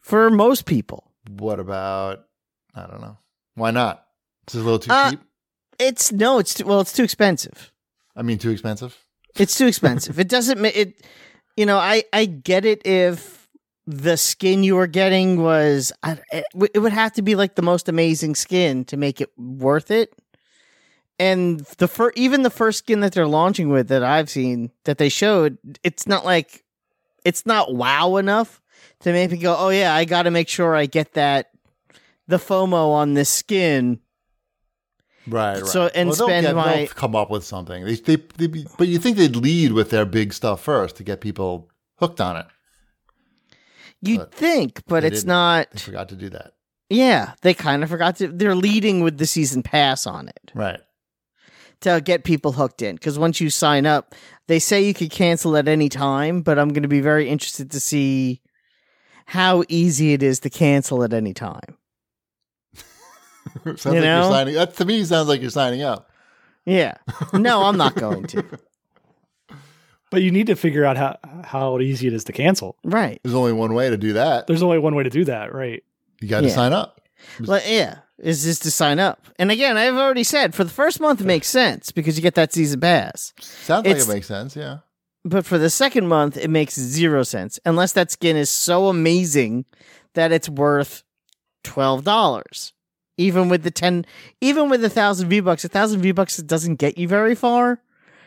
B: for most people.
A: What about? I don't know. Why not? Is this a little too
B: Uh,
A: cheap?
B: It's no. It's too, well. It's too expensive.
A: I mean, too expensive.
B: It's too expensive. it doesn't. ma- It. You know, I I get it if the skin you were getting was I, it, w- it would have to be like the most amazing skin to make it worth it. And the fir- even the first skin that they're launching with that I've seen that they showed, it's not like it's not wow enough to make me go, "Oh yeah, I got to make sure I get that the FOMO on this skin."
A: Right, right.
B: So- and
A: they'll
B: spend
A: get- they'll
B: my-
A: come up with something. They, they, they, be- but you think they'd lead with their big stuff first to get people hooked on it?
B: You'd
A: But
B: think, but
A: they
B: it's
A: didn't.
B: not.
A: They forgot to do that.
B: Yeah, they kind of forgot to. They're leading with the season pass on it
A: Right.
B: to get people hooked in. Because once you sign up, they say you could cancel at any time, but I'm going to be very interested to see how easy it is to cancel at any time.
A: sounds
B: You
A: like
B: know?
A: you're signing. That to me sounds like you're signing up.
B: Yeah. No, I'm not going to.
C: But you need to figure out how how easy it is to cancel.
B: Right.
A: There's only one way to do that.
C: There's only one way to do that, right?
A: You got to
B: Yeah.
A: sign up.
B: Like, yeah, is just to sign up. And again, I've already said for the first month, it makes sense because you get that season pass.
A: Sounds like
B: It's-
A: it makes sense. Yeah.
B: But for the second month, it makes zero sense unless that skin is so amazing that it's worth twelve dollars. Even with the ten, even with a thousand V bucks, a thousand V bucks doesn't get you very far.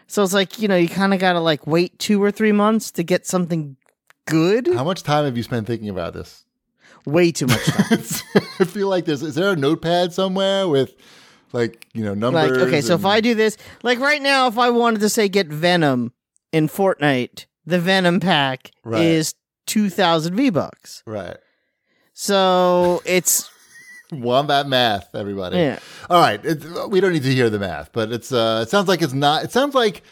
B: So it's like you know you kind of gotta like wait two or three months to get something good.
A: How much time have you spent thinking about this?
B: Way too much time.
A: I feel like there's. Is there a notepad somewhere with, like, you know, numbers?
B: like okay, so if
A: and-
B: I do this, like right now, if I wanted to say get Venom in Fortnite, the Venom pack
A: Right.
B: is two thousand V bucks.
A: right,
B: So it's
A: wombat math, everybody.
B: yeah.
A: All right, it, we don't need to hear the math, but it's uh, it sounds like it's not. It sounds like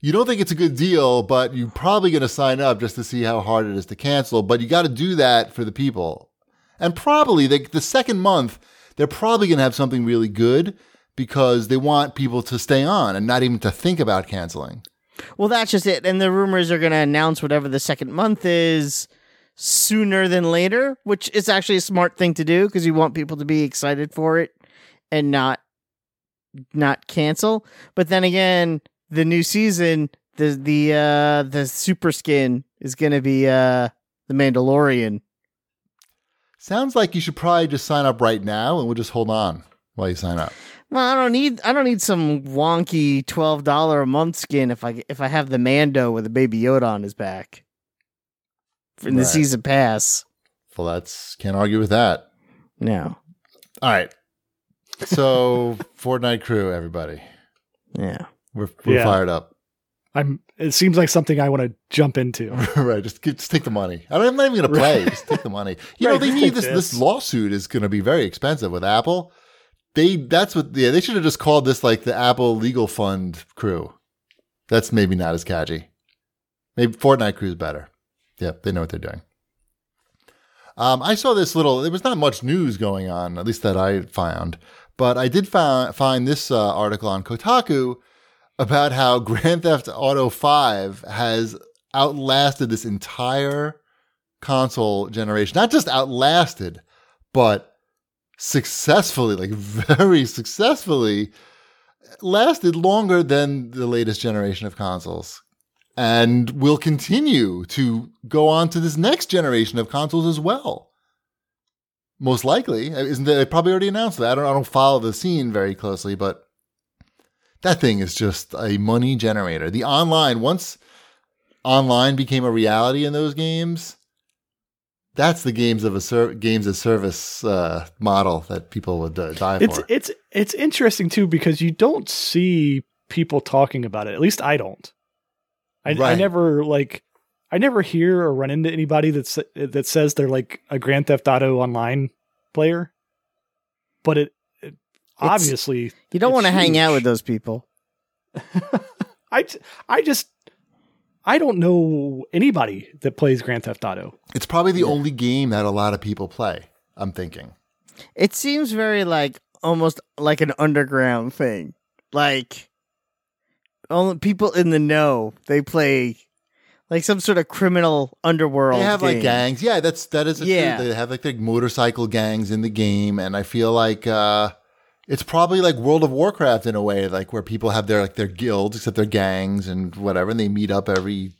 A: you don't think it's a good deal, but you're probably going to sign up just to see how hard it is to cancel. But you got to do that for the people, and probably the, the second month they're probably going to have something really good because they want people to stay on and not even to think about canceling.
B: Well, that's just it. And the rumors are going to announce whatever the second month is sooner than later, which is actually a smart thing to do because you want people to be excited for it and not not cancel. But then again, the new season, the the uh the super skin is going to be uh the Mandalorian.
A: Sounds like you should probably just sign up right now, and we'll just hold on while you sign up.
B: Well, I don't need I don't need some wonky twelve dollar a month skin if I if I have the Mando with a baby Yoda on his back in the
A: Right.
B: season pass.
A: Well, that's can't argue with that.
B: No.
A: All right, so Fortnite crew, everybody.
B: Yeah.
A: We're, we're
C: Yeah.
A: fired up.
C: I'm. It seems like something I want to jump into.
A: right. Just, give, just take the money. I don't, I'm not even going to play. Just take the money. You know,
C: Right,
A: they
C: just
A: need
C: take
A: this,
C: this.
A: this. lawsuit is going to be very expensive with Apple. They, that's what, yeah, they should have just called this like the Apple legal fund crew. That's maybe not as catchy. Maybe Fortnite Crew's better. Yep, they know what they're doing. Um, I saw this little. There was not much news going on, at least that I found, but I did find find this uh, article on Kotaku about how Grand Theft Auto Five has outlasted this entire console generation. Not just outlasted, but successfully, like very successfully, lasted longer than the latest generation of consoles and will continue to go on to this next generation of consoles as well. Most likely, Uh, isn't they probably already announced that? I don't, I don't follow the scene very closely, but that thing is just a money generator. The online, once online became a reality in those games, that's the games of a ser- games as service uh, model that people would uh, die
C: It's
A: for.
C: it's it's interesting too because you don't see people talking about it. At least I don't. I, I
A: Right.
C: never like I never hear or run into anybody that's that says they're like a Grand Theft Auto online player. But it, it obviously
B: You don't
C: It's
B: want to hang out
C: huge.
B: with those people.
C: I j- I just I don't know anybody that plays Grand Theft Auto.
A: It's probably the only game that a lot of people play. I'm thinking.
B: It seems very like almost like an underground thing. Like only people in the know they play like some sort of criminal underworld.
A: They have like
B: game.
A: gangs. Yeah, that's that is yeah.
B: Yeah.
A: They have like their motorcycle gangs in the game, and I feel like uh, it's probably like World of Warcraft in a way, like where people have their like their guilds, except their gangs and whatever, and they meet up every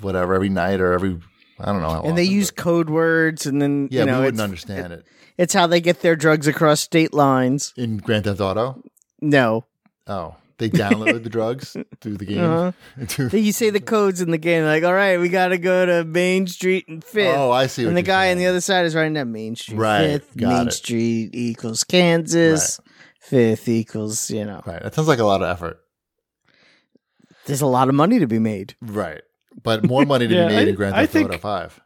A: whatever every night or every I don't know. How
B: and they
A: often,
B: use
A: but-
B: code words, and then
A: yeah,
B: you know
A: we
B: it's,
A: wouldn't understand it,
B: it's how they get their drugs across state lines.
A: in Grand Theft Auto.
B: No,
A: Oh, they downloaded the drugs through the game.
B: Uh-huh.
A: Through-
B: Then you say the codes in the game, like, all right, we gotta go to Main Street and Fifth.
A: oh, I see. what
B: and the
A: you're
B: guy on the
A: saying.
B: other side is writing down Main Street,
A: Right,
B: Fifth,
A: got
B: Main
A: it.
B: Street equals Kansas, Fifth equals you know.
A: Right, that sounds like a lot of effort.
B: There's a lot of money to be made.
A: Right, but more money to
C: Yeah,
A: be made
C: I-
A: in Grand
C: I
A: Theft Auto
C: think-
A: Five.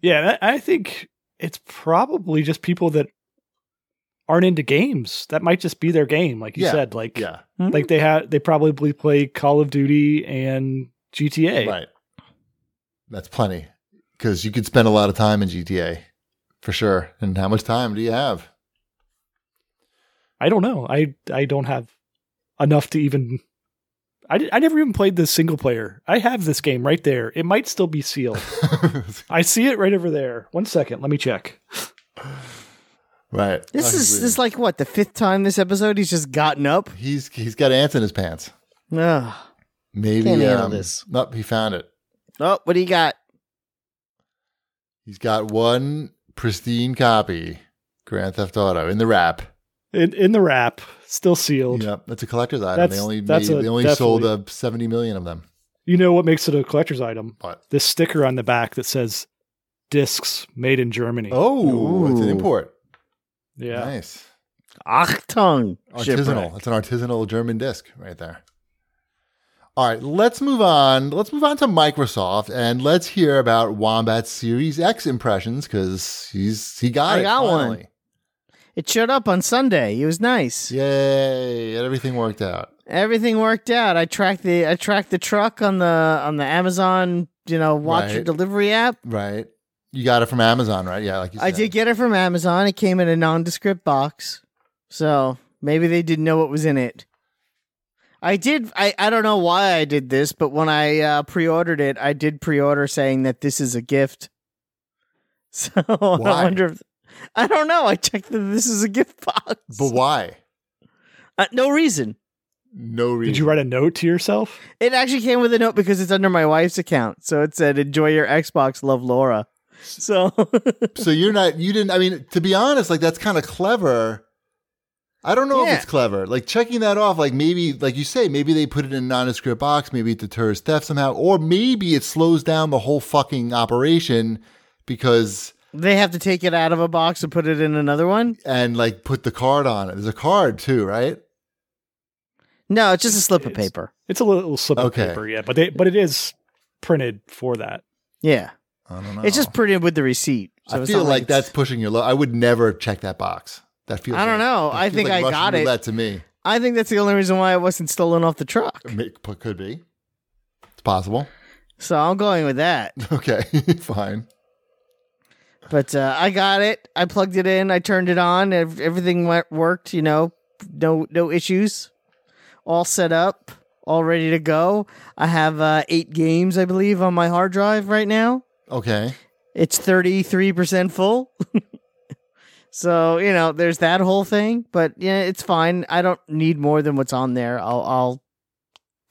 C: Yeah, I I think it's probably just people that aren't into games. That might just be their game, like you
A: Yeah,
C: said. Like
A: Yeah,
C: like they have they probably play Call of Duty and GTA.
A: right. That's plenty because you could spend a lot of time in GTA for sure. And how much time do you have?
C: I don't know. I I don't have enough to even. I, di- I never even played the single player. I have this game right there. It might still be sealed. I see it right over there. One second, let me check.
A: right.
B: This
A: Oh,
B: is
A: he's
B: this is like what the fifth time this episode he's just gotten up.
A: reading. he's he's got ants in his pants.
B: Ugh.
A: Maybe
B: Can't handle
A: um,
B: this.
A: Nope, he found it.
B: Oh, what do you got?
A: He's got one pristine copy Grand Theft Auto in the wrap.
C: In in the wrap, still sealed.
A: Yep, that's a collector's item.
C: That's-
A: they only made,
C: that's a-
A: they only sold uh, seventy million of them.
C: You know what makes it a collector's item?
A: What?
C: This sticker on the back that says "Discs made in Germany."
A: Oh, it's an
B: Ooh.
A: import.
C: yeah.
A: Nice.
B: Achtung.
A: Artisanal.
B: shipwreck.
A: It's an artisanal German disc right there. All right, let's move on. Let's move on to Microsoft and let's hear about Wombat Series X impressions because he's he got
B: I
A: it.
B: got one.
A: finally.
B: It showed up on Sunday. It was nice.
A: Yay! Everything worked out.
B: Everything worked out. I tracked the I tracked the truck on the on the Amazon, you know, watch your
A: Right.
B: delivery app.
A: Right. You got it from Amazon, right? Yeah, like you said.
B: I did get it from Amazon. It came in a nondescript box. So maybe they didn't know what was in it. I did. I, I don't know why I did this, but when I uh, pre ordered it, I did pre order saying that this is a gift. So
A: Why?
B: I wonder if. I don't know. I checked that this is a gift box.
A: But why?
B: uh, no reason.
A: No reason.
C: Did you write a note to yourself?
B: It actually came with a note because it's under my wife's account. So it said, enjoy your Xbox, love Laura. So
A: so you're not you didn't i mean to be honest like that's kind of clever i don't know
B: Yeah.
A: if it's clever like checking that off like maybe like you say maybe they put it in a nondescript box maybe it deters theft somehow or maybe it slows down the whole fucking operation because
B: they have to take it out of a box and put it in another one?
A: and like put the card on it there's a card too right
B: No, it's just a slip of
C: It's-
B: paper.
C: It's a little slip
A: Okay.
C: of paper, yeah, but they but it is printed for that.
B: Yeah.
A: i don't know
B: It's just printed with the receipt. So
A: Oh. i
B: it's
A: feel
B: not
A: like
B: it's-
A: that's pushing your luck i would never check that box that feels
B: I
A: like-
B: don't know.
A: that
B: I
A: feels
B: think
A: like
B: I
A: Russian
B: got it.
A: roulette to me
B: I think that's the only reason why it wasn't stolen off the truck.
A: It could be it's possible
B: So I'm going with that.
A: Okay, fine.
B: But uh, I got it. I plugged it in. I turned it on. ev- Everything went, worked. You know, no no issues. All set up. All ready to go. I have uh, eight games, I believe, on my hard drive right now.
A: Okay.
B: It's thirty three percent full. so you know, there's that whole thing. But yeah, it's fine. I don't need more than what's on there. I'll I'll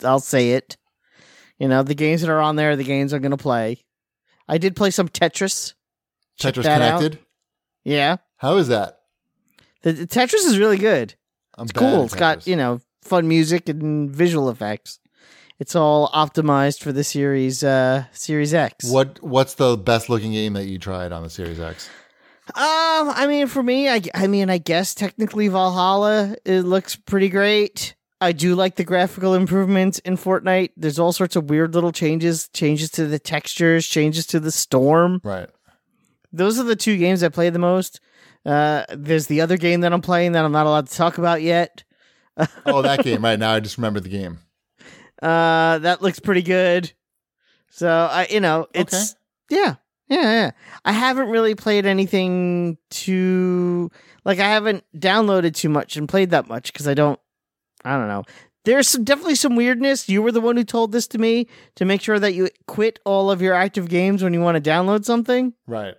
B: I'll say it. You know, the games that are on there are the games I'm gonna play. I did play some Tetris. Check
A: Tetris
B: that out.
A: connected.
B: Yeah.
A: How is that?
B: The, the Tetris is really good.
A: I'm
B: It's
A: bad at
B: cool. It's got,
A: Tetris.
B: you know, fun music and visual effects. It's all optimized for the series uh series X.
A: What What's the best looking game that you tried on the Series X?
B: Um, I mean, for me, I, I mean, I guess technically Valhalla it looks pretty great. I do like the graphical improvements in Fortnite. There's all sorts of weird little changes, changes to the textures, changes to the storm.
A: Right.
B: Those are the two games I play the most. Uh, there's the other game that I'm playing that I'm not allowed to talk about yet.
A: Oh, that game. Right now, I just remembered the game.
B: Uh, that looks pretty good. So I, you know, it's yeah, yeah, yeah. I haven't really played anything too like I haven't downloaded too much and played that much because I don't, I don't know. There's some, definitely some weirdness. You were the one who told this to me to make sure that you quit all of your active games when you want to download something
A: Right.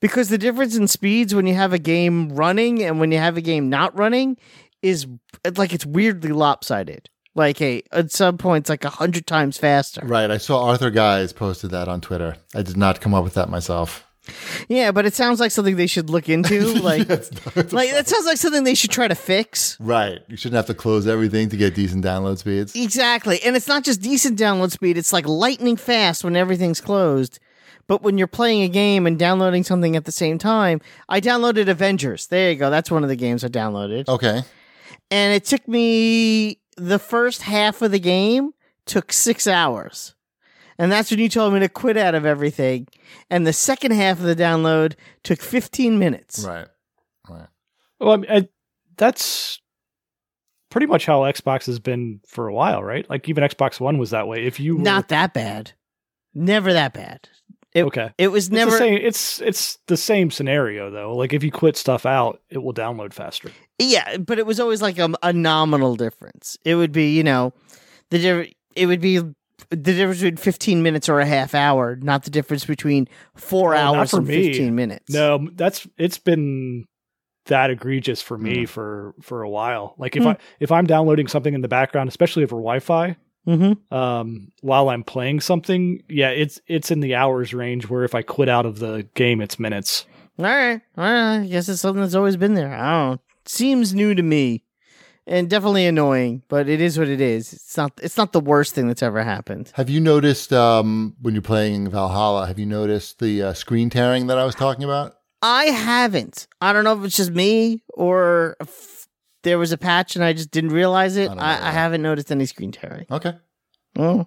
B: because the difference in speeds when you have a game running and when you have a game not running is it's like it's weirdly lopsided. Like a at some points like a hundred times faster.
A: Right. I saw Arthur Guys posted that on Twitter. I did not come up with that myself.
B: Yeah, but it sounds like something they should look into. Like
A: Yes, that's-
B: like that sounds like something they should try to fix.
A: right. You shouldn't have to close everything to get decent download speeds.
B: Exactly. And it's not just decent download speed, it's like lightning fast when everything's closed. But when you're playing a game and downloading something at the same time, I downloaded Avengers. There you go. That's one of the games I downloaded.
A: Okay.
B: and it took me the first half of the game took six hours and that's when you told me to quit out of everything and the second half of the download took 15 minutes
A: Right.
C: Well, I mean, I, that's pretty much how Xbox has been for a while, right? Like even Xbox One was that way. If you were,
B: not that bad never that bad it,
C: okay,
B: it was
C: it's the
B: never
C: same. It's it's the same scenario though. Like if you quit stuff out, it will download faster.
B: yeah but it was always like a, a nominal difference it would be you know the diff- it would be the difference between 15 minutes or a half hour not the difference between four
C: Oh, not
B: hours
C: for
B: and
C: me.
B: 15 minutes
C: No, that's it's been that egregious for me for for a while. Like if
B: Hmm.
C: I if I'm downloading something in the background, especially over Wi-Fi,
B: mm-hmm.
C: um, while I'm playing something, yeah, it's it's in the hours range. Where if I quit out of the game, it's minutes.
B: All right. All right. I guess it's something that's always been there. I don't know. Seems new to me. And definitely annoying, but it is what it is. It's not it's not the worst thing that's ever happened.
A: Have you noticed um, when you're playing Valhalla? Have you noticed the uh, screen tearing that I was talking about?
B: I haven't. I don't know if it's just me or if there was a patch and I just didn't realize it.
A: I
B: I,
A: don't know
B: I,
A: that.
B: haven't noticed any screen tearing.
A: Okay.
B: Oh.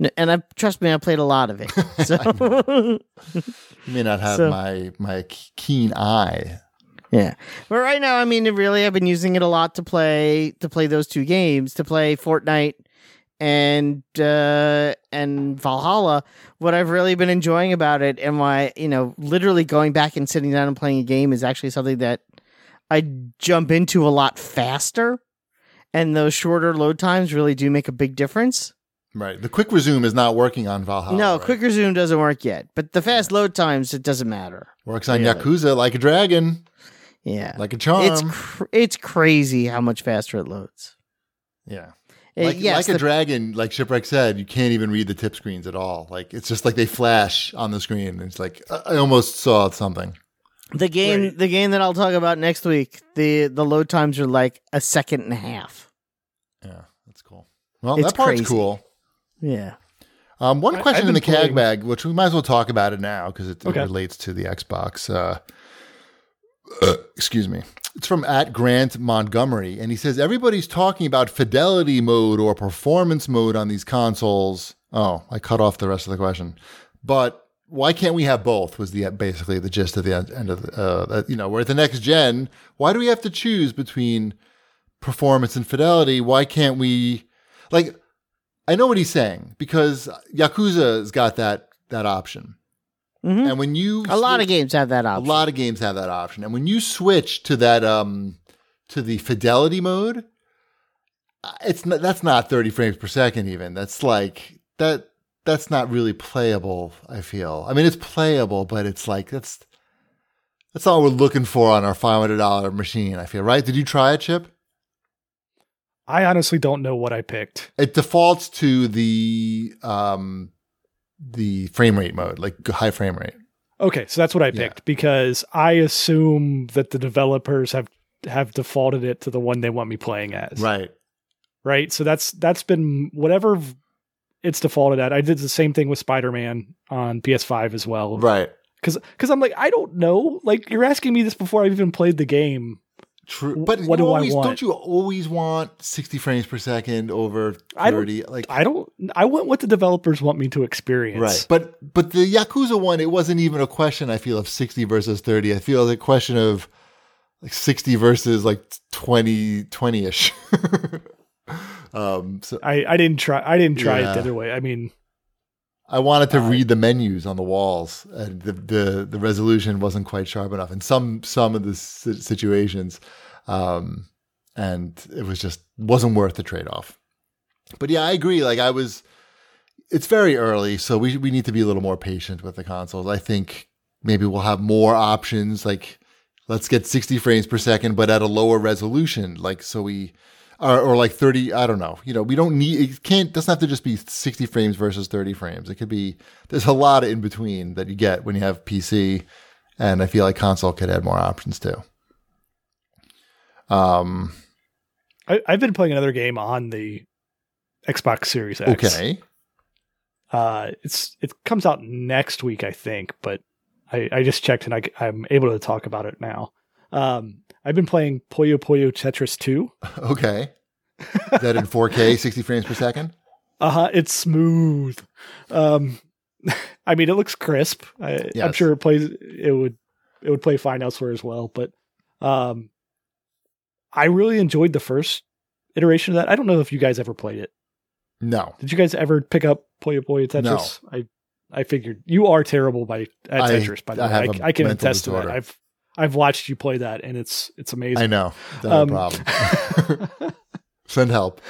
B: N- And I trust me, I played a lot of it. So
A: You may not have
B: So-
A: my my keen eye.
B: Yeah. But right now, I mean, it really, I've been using it a lot to play to play those two games, to play Fortnite and uh and Valhalla. What I've really been enjoying about it and why, you know, literally going back and sitting down and playing a game is actually something that I jump into a lot faster. And those shorter load times really do make a big difference.
A: Right. The quick resume is not working on Valhalla.
B: no,
A: Oh, right?
B: quick resume doesn't work yet, but the fast load times it doesn't matter.
A: works on
B: Yeah.
A: Yakuza like a dragon,
B: Yeah.
A: like a charm.
B: it's cr- it's crazy how much faster it loads.
A: yeah.
B: Uh,
A: Like,
B: yes,
A: like a
B: the-
A: dragon, like Shipwreck said, you can't even read the tip screens at all. Like it's just like they flash on the screen. and It's like I I almost saw something.
B: The game,
C: Right.
B: the game that I'll talk about next week, the the load times are like a second and a half.
A: Yeah, that's cool. Well,
B: It's
A: that part's
B: crazy.
A: cool.
B: Yeah.
A: Um, one
C: I-
A: question
C: I've
A: in the
C: been
A: CAG
C: playing-
A: bag, which we might as well talk about it now because it, it
C: Okay.
A: relates to the Xbox. Uh, excuse me. It's from at Grant Montgomery, and he says everybody's talking about fidelity mode or performance mode on these consoles. Oh, I cut off the rest of the question, but why can't we have both? Was the basically the gist of the end- end of the, uh, that, you know we're at the next gen. Why do we have to choose between performance and fidelity? Why can't we like? I know what he's saying because Yakuza's got that that option.
B: Mhm.
A: And when you
B: A lot
A: switch-
B: of games have that option.
A: a lot of games have that option. And when you switch to that um to the fidelity mode, uh, it's not, that's not 30 frames per second even. That's like that that's not really playable, I feel. I mean, it's playable, but it's like that's that's all we're looking for on our $500 machine, I feel, right? Did you try it, Chip?
C: I honestly don't know what I picked.
A: It defaults to the um the frame rate mode, like high frame rate.
C: Okay, so that's what I
A: Yeah.
C: picked because I assume that the developers have have defaulted it to the one they want me playing as.
A: Right.
C: right? So that's that's been whatever v- it's defaulted at. I did the same thing with Spider Man on PS5 as well,
A: Right.
C: Because because I'm like I don't know. Like you're asking me this before I've even played the game.
A: True,
C: W-
A: but
C: what
A: you
C: do I
A: always,
C: want?
A: Don't you always want sixty frames per second over
C: I don't-
A: thirty? Like
C: I don't. I want what the developers want me to experience.
A: right, but but the Yakuza one, it wasn't even a question. I feel of sixty versus thirty. I feel the question of like sixty versus like 20 20 ish. um, so
C: I I didn't try. I didn't try it
A: Yeah.
C: the other way. I mean,
A: I wanted to read the menus on the walls, and the, the the resolution wasn't quite sharp enough in some some of the si- situations, um, and it was just wasn't worth the trade off. But yeah, I agree. Like I was, it's very early, so we we need to be a little more patient with the consoles. I think maybe we'll have more options. Like let's get sixty frames per second, but at a lower resolution. Like so we. Or, or like 30 i don't know you know we don't need it can't doesn't have to just be 60 frames versus 30 frames it could be there's a lot of in between that you get when you have pc and i feel like console could add more options too um
C: I, I've been playing another game on the Xbox Series X.
A: okay
C: Uh, it's it comes out next week, I think, but I, I just checked and I, I'm able to talk about it now. Um, I've been playing Puyo Puyo Tetris 2.
A: okay is that in 4k 60 frames per second
C: Uh huh. It's smooth. Um, I mean, it looks crisp. I, I'm
A: Yes.
C: sure it plays. It would it would play fine elsewhere as well. But um, I really enjoyed the first iteration of that. I don't know if you guys ever played it.
A: no
C: Did you guys ever pick up Puyo Puyo Tetris? I I figured you are terrible by at
A: I-
C: Tetris. By the
A: I
C: way,
A: have
C: I,
A: a
C: I can
A: mental
C: attest to
A: disorder.
C: that. I've I've watched you play that, and it's it's
A: i
C: amazing.
A: know that's
C: Um,
A: a problem send help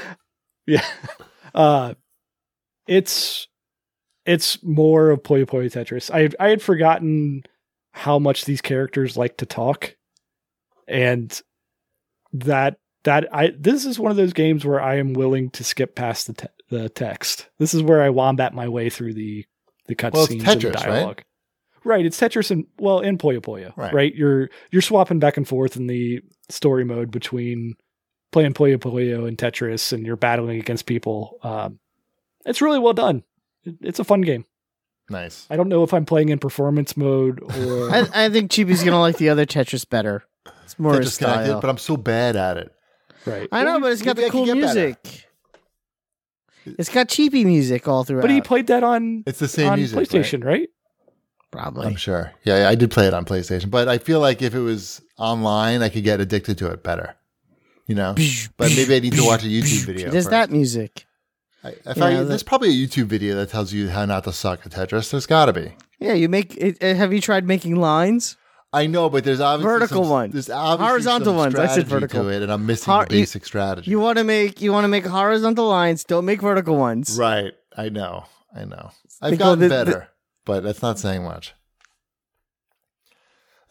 C: yeah, uh, it's it's more of Puyo Puyo Tetris. I I had forgotten how much these characters like to talk, and that that I this is one of those games where I am willing to skip past the te- the text. This is where I wombat my way through the the
A: Well, it's
C: cutscenes
A: Tetris,
C: and
A: right?
C: dialogue. Right? it's Tetris and well, and Puyo Puyo,
A: Right.
C: right. You're you're swapping back and forth in the story mode between playing Puyo Puyo and Tetris, and you're battling against people. Um, it's really well done. It- It's a fun game.
A: nice
C: I don't know if I'm playing in performance mode or
B: I, I think Chibi's gonna like the other Tetris better. It's more his
A: Tetris connected,
B: style.
A: but i'm so bad at it
C: right.
B: I know, but it's got
A: Maybe
B: the
A: I can
B: cool
A: get better.
B: music. It's got cheapy music all throughout.
C: But he played that on
A: it's the same
C: on
A: music right?
C: PlayStation, right?
B: probably.
A: I'm sure. Yeah, yeah, I did play it on PlayStation, but I feel like if it was online, I could get addicted to it better. You know, oh, but maybe I need to watch a YouTube video.
B: There's
A: first.
B: that music.
A: I, I found-
B: Yeah,
A: there's
B: that-
A: probably a YouTube video that tells you how not to suck at Tetris. There's got to be.
B: Yeah, you make. It, uh, have you tried making lines?
A: I know, but there's obviously
B: Vertical
A: some,
B: one.
A: There's obviously
B: Horizontal
A: some
B: ones. I said
A: strategy
B: vertical.
A: to it, and I'm missing
B: Har-
A: the
B: you-
A: basic strategy.
B: You want to make. You want to make horizontal lines. Don't make vertical ones.
A: right? I know. I know. I've
B: They call
A: gotten
B: the-
A: better, but that's not saying much.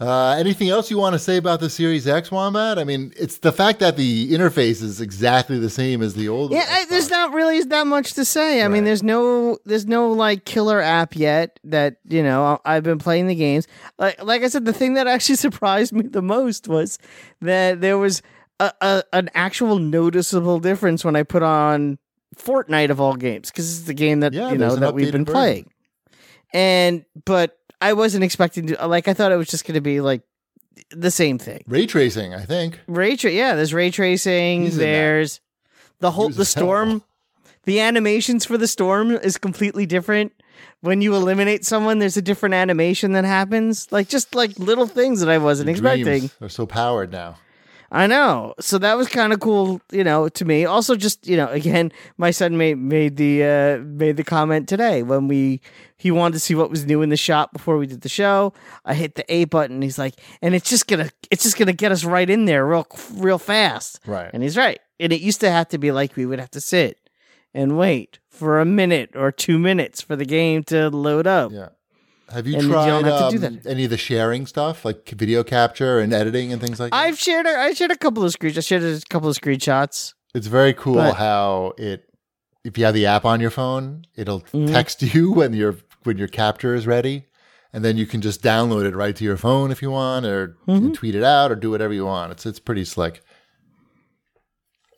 A: Uh, anything else you want to say about the Series X Wombat? I mean, it's the fact that the interface is exactly the same as the old.
B: Yeah, I, there's
A: Xbox.
B: not really that much to say. I
A: Right.
B: mean, there's no there's no like killer app yet that you know I- I've been playing the games. Like like I said, the thing that actually surprised me the most was that there was a, a an actual noticeable difference when I put on Fortnite of all games because it's the game that
A: Yeah,
B: you know
A: there's an
B: that we've
A: updated
B: been
A: version.
B: playing. And but I wasn't expecting to like I thought it was just going to be like the same thing.
A: ray tracing. I think
B: Ray tra- yeah, there's ray tracing.
A: He's in that.
B: there's the whole
A: was
B: the
A: a hell.
B: storm. The animations for the storm is completely different. When you eliminate someone, there's a different animation that happens. Like just like little things that I wasn't
A: Your
B: expecting.
A: dreams are so powered now.
B: I know. So that was kind of cool, you know, to me. Also, just you know, again, my son made made the uh, made the comment today when we he wanted to see what was new in the shop before we did the show. I hit the A button. He's like, and it's just gonna it's just gonna get us right in there real real fast.
A: Right.
B: And he's right. And it used to have to be like we would have to sit and wait for a minute or two minutes for the game to load up.
A: Yeah. Have you
B: And you
A: tried
B: don't have to do
A: um,
B: that.
A: any of the sharing stuff, like video capture and editing and things like that?
B: I've shared a, I shared a couple of screenshots. I shared a couple of screenshots.
A: It's very cool
B: But-
A: how it if you have the app on your phone, it'll
C: Mm-hmm.
B: Mhm.
A: text you when your when your capture is ready, and then you can just download it right to your phone if you want, or
C: Mm-hmm.
B: Mhm.
A: tweet it out, or do whatever you want. It's it's pretty slick.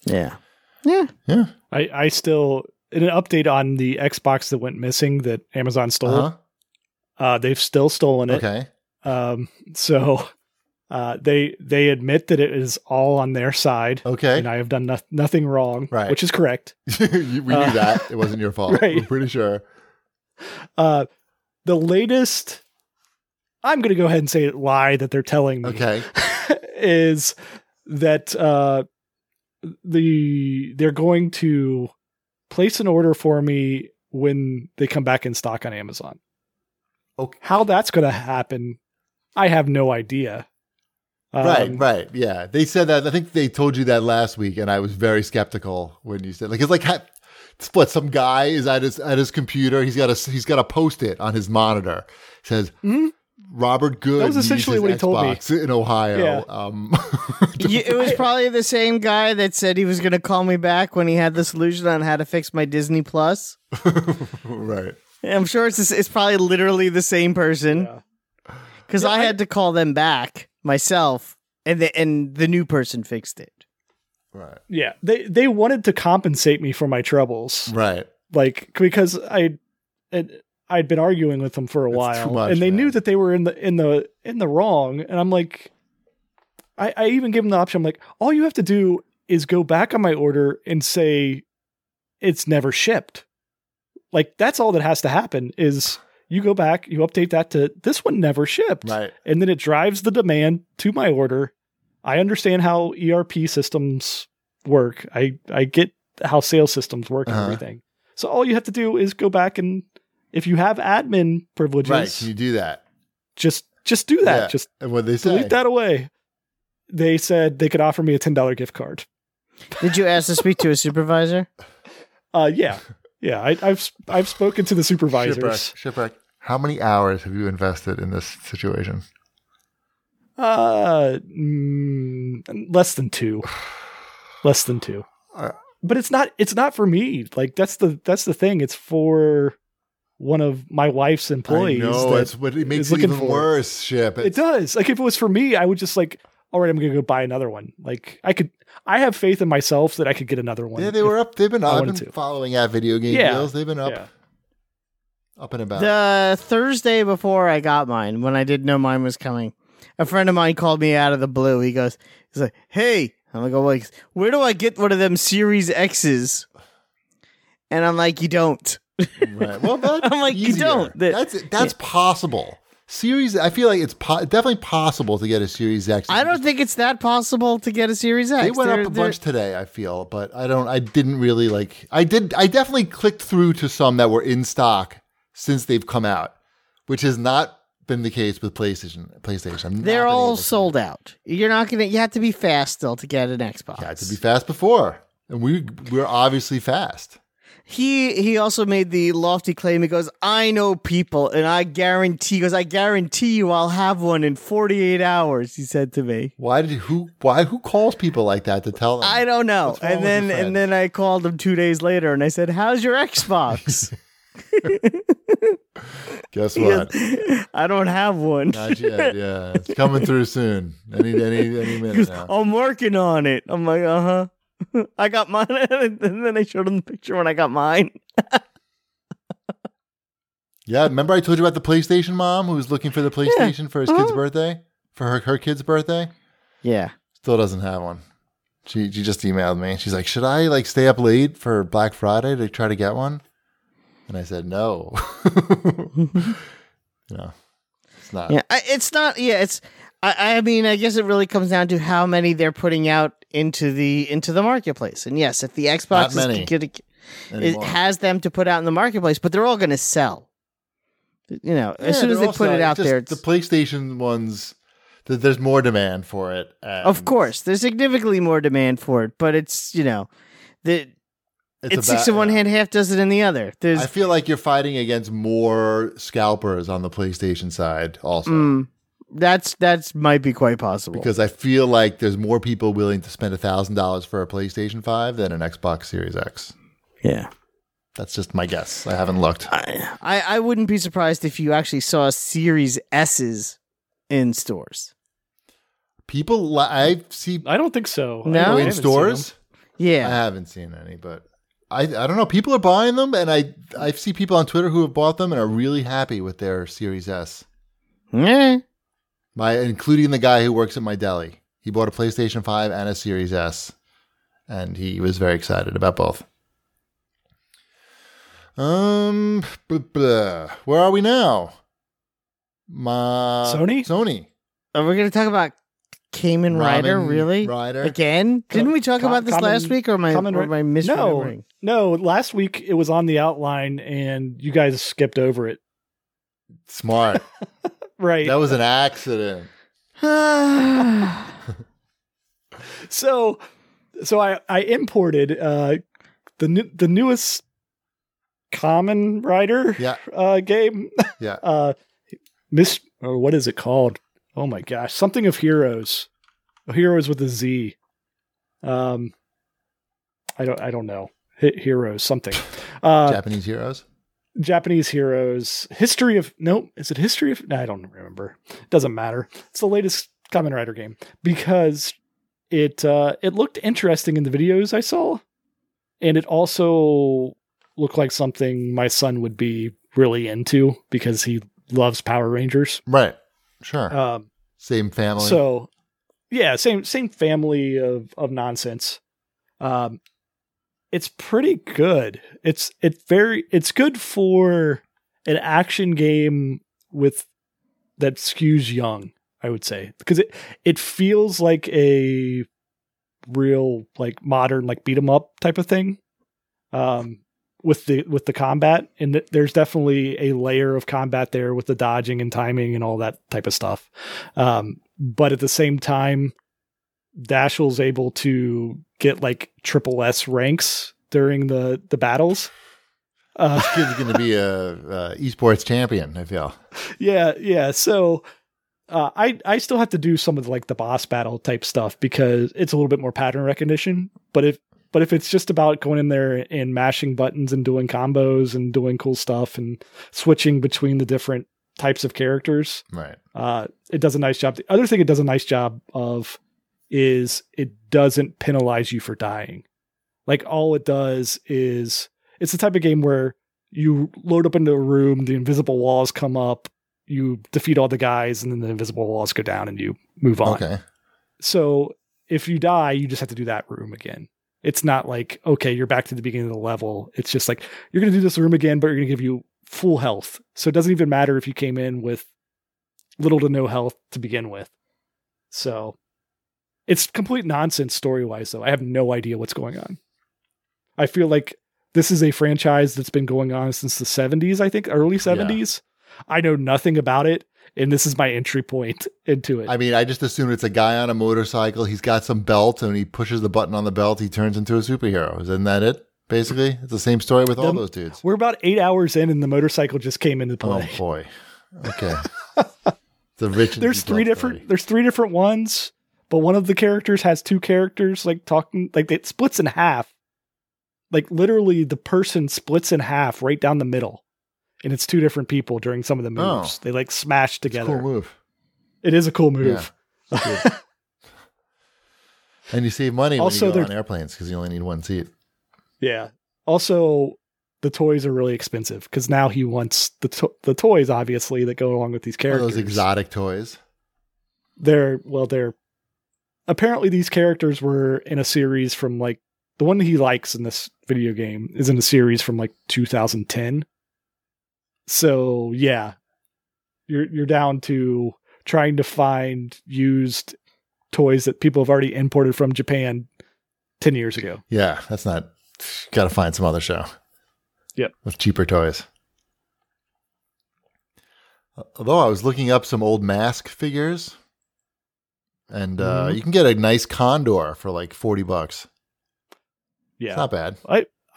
B: Yeah. Yeah.
A: Yeah.
C: I, I still in an update on the Xbox that went missing that Amazon stole. uh
A: Uh-huh.
C: they've still stolen it.
A: Okay.
C: Um, so uh, they they admit that it is all on their side, and
A: Okay.
C: I have done no- nothing wrong,
A: Right.
C: which is correct.
A: You- we knew
C: Uh,
A: that it wasn't your fault.
C: right.
A: We're pretty sure.
C: Uh, the latest, I'm going to go ahead and say it, lie that they're telling me
A: Okay.
C: is that uh, the they're going to place an order for me when they come back in stock on Amazon.
A: Okay.
C: How that's going to happen, I have no idea. Um,
A: right. Right. Yeah. They said that. I think they told you that last week, and I was very skeptical when you said like it's like. ha- it's What some guy is at his at his computer. He's got a he's got a post it on his monitor. says
C: Mhm.
A: Robert Good.
C: That was essentially
A: uses
C: what he told me.
A: Xbox in Ohio.
C: Yeah.
A: Um,
B: Y- it was probably the same guy that said he was going to call me back when he had the solution on how to fix my Disney Plus.
A: right.
B: I'm sure it's it's probably literally the same person
C: Yeah.
B: because I had to call them back myself, and the and the new person fixed it.
A: Right.
C: Yeah, they they wanted to compensate me for my troubles,
A: Right.
C: like because I, it, I'd been arguing with them for a
A: That's
C: while,
A: too much,
C: and they knew
A: man.
C: that they were in the in the in the wrong, and I'm like, I I even gave them the option. I'm like, all you have to do is go back on my order and say it's never shipped. Like that's all that has to happen is you go back, you update that to this one never shipped
A: Right.
C: and then it drives the demand to my order. I understand how ERP systems work. I I get how sales systems work
A: Uh-huh.
C: and everything. So all you have to do is go back and if you have admin privileges,
A: Right. Can you do that?
C: just just do that.
A: Yeah.
C: Just
A: And what they say?
C: delete that away. They said they could offer me a ten dollar gift card.
B: Did you ask to speak to a supervisor?
C: Uh, yeah, yeah. I, I've s- I've spoken to the
A: Shipwreck.
C: supervisors.
A: Shipwreck. How many hours have you invested in this situation?
C: Uh, mm, less than two, less than two.
A: Uh,
C: but it's not it's not for me like that's the that's the thing it's for one of my wife's employees
A: I know.
C: that-
A: It's what it makes
C: is
A: it
C: looking
A: even
C: for it.
A: worse. Ship.
C: it does like if it was for me i would just like all right i'm gonna go buy another one like i could i have faith in myself that i could get another one
A: Yeah, they
C: if-
A: were up. They've
B: Oh,
A: been.
C: I
A: I've been
C: wanted to.
A: following at video game
C: Yeah.
A: deals. They've been up,
C: yeah.
A: up and about.
B: The Thursday before I got mine, when I didn't know mine was coming, a friend of mine called me out of the blue. He goes, he's like, "Hey," I'm like, "Oh, like, where do I get one of them Series X's?" And I'm like, "You don't."
A: Right. Well, that's
B: I'm like, you
A: easier.
B: don't. The-
A: that's that's possible. Series. I feel like it's po- definitely possible to get a Series X.
B: I don't think it's that possible to get a Series X.
A: They went
B: They're-
A: up a
B: they're-
A: bunch today, I feel, but I don't. I didn't really like. I did. I definitely clicked through to some that were in stock since they've come out, which has not been the case with PlayStation. PlayStation. I've not
B: They're
A: been
B: all
A: able to-
B: sold out. You're not gonna. You have to be fast still to get an Xbox.
A: Yeah, to be fast before, and we we're obviously fast.
B: he he also made the lofty claim. He goes, "I know people, and I guarantee." He goes, "I guarantee you, I'll have one in 48 hours." He said to me.
A: Why did who? Why who calls people like that to tell them?
B: I don't know.
A: What's wrong
B: And
A: with your
B: then
A: friend?
B: and then I called him two days later, and I said, "How's your Xbox?"
A: Guess
B: He goes,
A: what?
B: I don't have one.
A: Not yet. Yeah, it's coming through soon. Any any any
B: He
A: minute
B: goes,
A: now.
B: I'm working on it. I'm like, uh huh. I got mine, and then I showed him the picture when I got mine.
A: Yeah, remember I told you about the PlayStation mom who was looking for the PlayStation for his
B: Uh-huh.
A: kid's birthday, for her her kid's birthday.
B: Yeah.
A: Still doesn't have one. She she just emailed me. She's like, "Should I like stay up late for Black Friday to try to get one?" And I said, "No." you know, it's not.
B: Yeah, I, it's not. Yeah, it's. I, I mean, I guess it really comes down to how many they're putting out into the into the marketplace. And yes, if the Xbox is
A: many
B: get- it
A: anymore.
B: has them to put out in the marketplace, but they're all going to sell. You know, as
A: Yeah,
B: soon as
A: they're
B: they
A: all
B: put it
A: selling.
B: out
A: Just
B: there, it's,
A: the PlayStation ones, th- there's more demand for it. and
B: of course, there's significantly more demand for it. But it's you know, the it's,
A: about-
B: six in one
A: yeah.
B: hand, half dozen in the other. There's
A: I feel like you're fighting against more scalpers on the PlayStation side, also,
B: mm, that's that's might be quite possible.
A: because I feel like there's more people willing to spend thousand dollars for a PlayStation Five than an Xbox Series X.
B: yeah,
A: That's just my guess. I haven't looked.
B: I, I I wouldn't be surprised if you actually saw Series S's in stores.
A: People, li- I see
C: I don't think so. I
B: No?
C: haven't
A: in
C: seen them.
A: stores. I
B: Yeah,
A: haven't seen any, but I I don't know. People are buying them, and I I see people on Twitter who have bought them and are really happy with their Series S.
B: yeah.
A: My including the guy who works at my deli. He bought a PlayStation 5 and a Series S, and he was very excited about both. Um, blah, blah. where are we now? My
C: Sony?
A: Sony.
B: Are we going to Oh, talk about Kamen Rider?
A: Ramen
B: Really?
A: Rider.
B: Again? Didn't we talk
C: Com-
B: about this
C: Kamen-
B: last week, or am I,
C: Kamen
B: or
C: Ri-
B: am I
C: No,
B: misremembering?
C: no. Last week it was on the outline, and you guys skipped over it.
A: Smart.
C: Right.
A: that was an accident.
C: so so I I imported uh the new, the newest Common Rider
A: Yeah.
C: uh game
A: Yeah.
C: uh Miss or what is it called? Oh my gosh, something of heroes. Heroes with a Z. Um I don't I don't know. Hit heroes something. Uh
A: Japanese heroes.
C: Japanese heroes. History of no, is it history of? No, I don't remember. Doesn't matter. It's the latest Kamen Rider game because it uh, it looked interesting in the videos I saw, and it also looked like something my son would be really into because he loves Power Rangers.
A: Right. Sure.
C: Um,
A: Same family.
C: so, yeah, same same family of of nonsense. Um, it's pretty good. It's it very it's good for an action game with that skews young. I would say because it it feels like a real like modern like beat 'em up type of thing. Um. With the with the combat, and th- there's definitely a layer of combat there with the dodging and timing and all that type of stuff. Um, but at the same time, Dashiell's able to get like triple S ranks during the the battles. Uh,
A: this kid's going to be a, a esports champion. I feel.
C: yeah, yeah. So uh, I I still have to do some of the, like the boss battle type stuff because it's a little bit more pattern recognition. But if but if it's just about going in there and mashing buttons and doing combos and doing cool stuff and switching between the different types of characters,
A: Right.
C: Uh, it does a nice job. The other thing it does a nice job of is it doesn't penalize you for dying. Like all it does is it's the type of game where you load up into a room, the invisible walls come up, you defeat all the guys, and then the invisible walls go down and you move on.
A: Okay.
C: So if you die, you just have to do that room again. It's not like, okay, you're back to the beginning of the level. It's just like, you're going to do this room again, but we're going to give you full health. So it doesn't even matter if you came in with little to no health to begin with. So it's complete nonsense story wise, though. I have no idea what's going on. I feel like this is a franchise that's been going on since the 70s, I think, early 70s. I know nothing about it. And this is my entry point into it.
A: I mean, I just assume it's a guy on a motorcycle. He's got some belt, and he pushes the button on the belt. He turns into a superhero. Isn't that it? Basically, it's the same story with all
C: The-
A: those dudes.
C: We're about eight hours in, and the motorcycle just came into
A: Oh
C: play.
A: boy. Okay. the rich. and
C: there's three
A: detailed
C: different.
A: story.
C: There's three different ones, but one of the characters has two characters like talking. Like it splits in half. Like literally, the person splits in half right down the middle, and it's two different people during some of the
A: Oh.
C: moves. They like smash
A: It's a
C: together.
A: cool move.
C: It is a cool move.
A: It's good. and you save money
C: Also,
A: when you
C: they're-
A: go on airplanes because you only need one seat.
C: Yeah. Also, the toys are really expensive because now he wants the to- the toys obviously that go along with these
A: All
C: characters.
A: Oh, those exotic toys.
C: they're well they're apparently these characters were in a series from like the one he likes in this video game is in a series from like 2010 so yeah you're you're down to trying to find used toys that people have already imported from Japan 10 years ago.
A: Yeah, that's not. Got to find some other show.
C: Yep.
A: With cheaper toys. Although I was looking up some old mask figures, and uh,
C: Mm-hmm.
A: you can get a nice condor for like forty bucks.
C: Yeah.
A: It's not bad.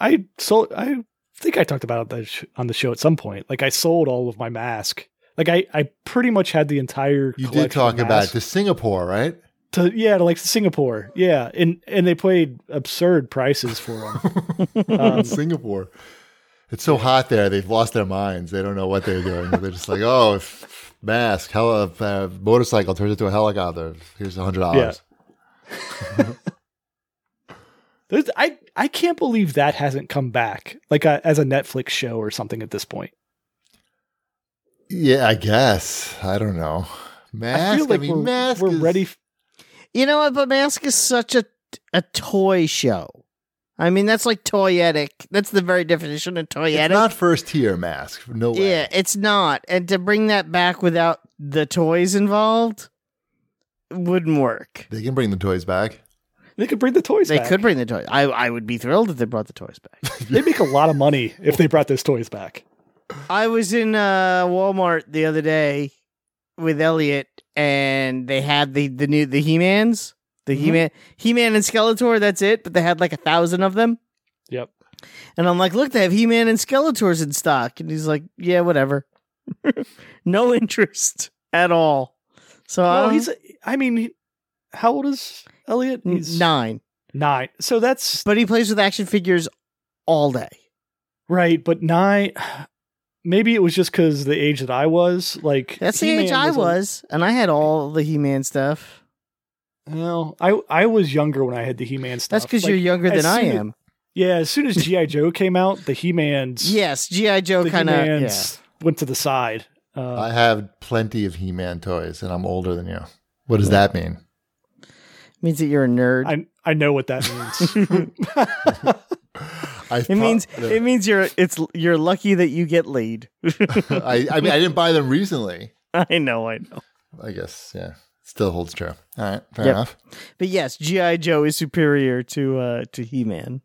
C: I sold. I think I talked about that sh- on the show at some point. Like I sold all of my mask. Like I, I pretty much had the entire.
A: You did
C: collection
A: talk
C: of
A: about
C: masks
A: to Singapore, right?
C: to yeah, to like Singapore. Yeah, and and they played absurd prices for them. Um,
A: Singapore. It's so hot there. They've lost their minds. They don't know what they're doing. They're just like, oh, f- mask, hell, uh, motorcycle turns into a helicopter. Here's a hundred dollars.
C: There's- I I can't believe that hasn't come back like a, as a Netflix show or something at this point.
A: Yeah, I guess. I don't know. Mask. I,
C: I feel like
A: mean,
C: we're,
A: mask.
C: we're
A: is-
C: ready. f-
B: You know what? But Mask is such a a toy show. I mean, that's like toyetic. That's the very definition of toyetic.
A: it's not first tier mask. No way.
B: yeah, it's not. And to bring that back without the toys involved wouldn't work.
A: They can bring the toys back.
C: They could bring the toys.
B: They
C: back.
B: could bring the toys. I I would be thrilled if they brought the toys back.
C: They make a lot of money if they brought those toys back.
B: I was in uh, Walmart the other day with Elliot, and they had the the new the He Mans, the
A: Mm-hmm.
B: He Man, He Man and Skeletor. That's it. But they had like a thousand of them.
C: Yep.
B: And I'm like, look, they have He Man and Skeletors in stock. And he's like, yeah, whatever. no interest at all. So uh,
C: Well,
B: I
C: he's.
B: he's
C: I mean, he- how old is Elliot? He's
B: nine,
C: nine. So that's
B: but he plays with action figures all day.
C: Right, but nine. Maybe it was just because the age that I was. Like
B: That's the
C: He-Man
B: age I
C: a-
B: was, and I had all the He Man stuff.
C: Well, I I was younger when I had the He-Man stuff.
B: That's because
C: Like,
B: you're younger
C: as
B: than I
C: soon as-
B: am.
C: yeah. As soon as GI Joe came out, the He-Man's
B: yes, GI Joe
C: the
B: kind of. Yeah.
C: He-Man's went to the side. Uh,
A: I have plenty of He Man toys, and I'm older than you. What does that mean?
B: means that you're a nerd.
C: I I know what that means.
A: I
B: it means it means you're it's you're lucky that you get laid.
A: I, I mean, I didn't buy them recently.
B: I know, I know.
A: I guess, yeah. Still holds true. All right, fair
B: Yep.
A: enough.
B: But yes, GI Joe is superior to uh to He Man.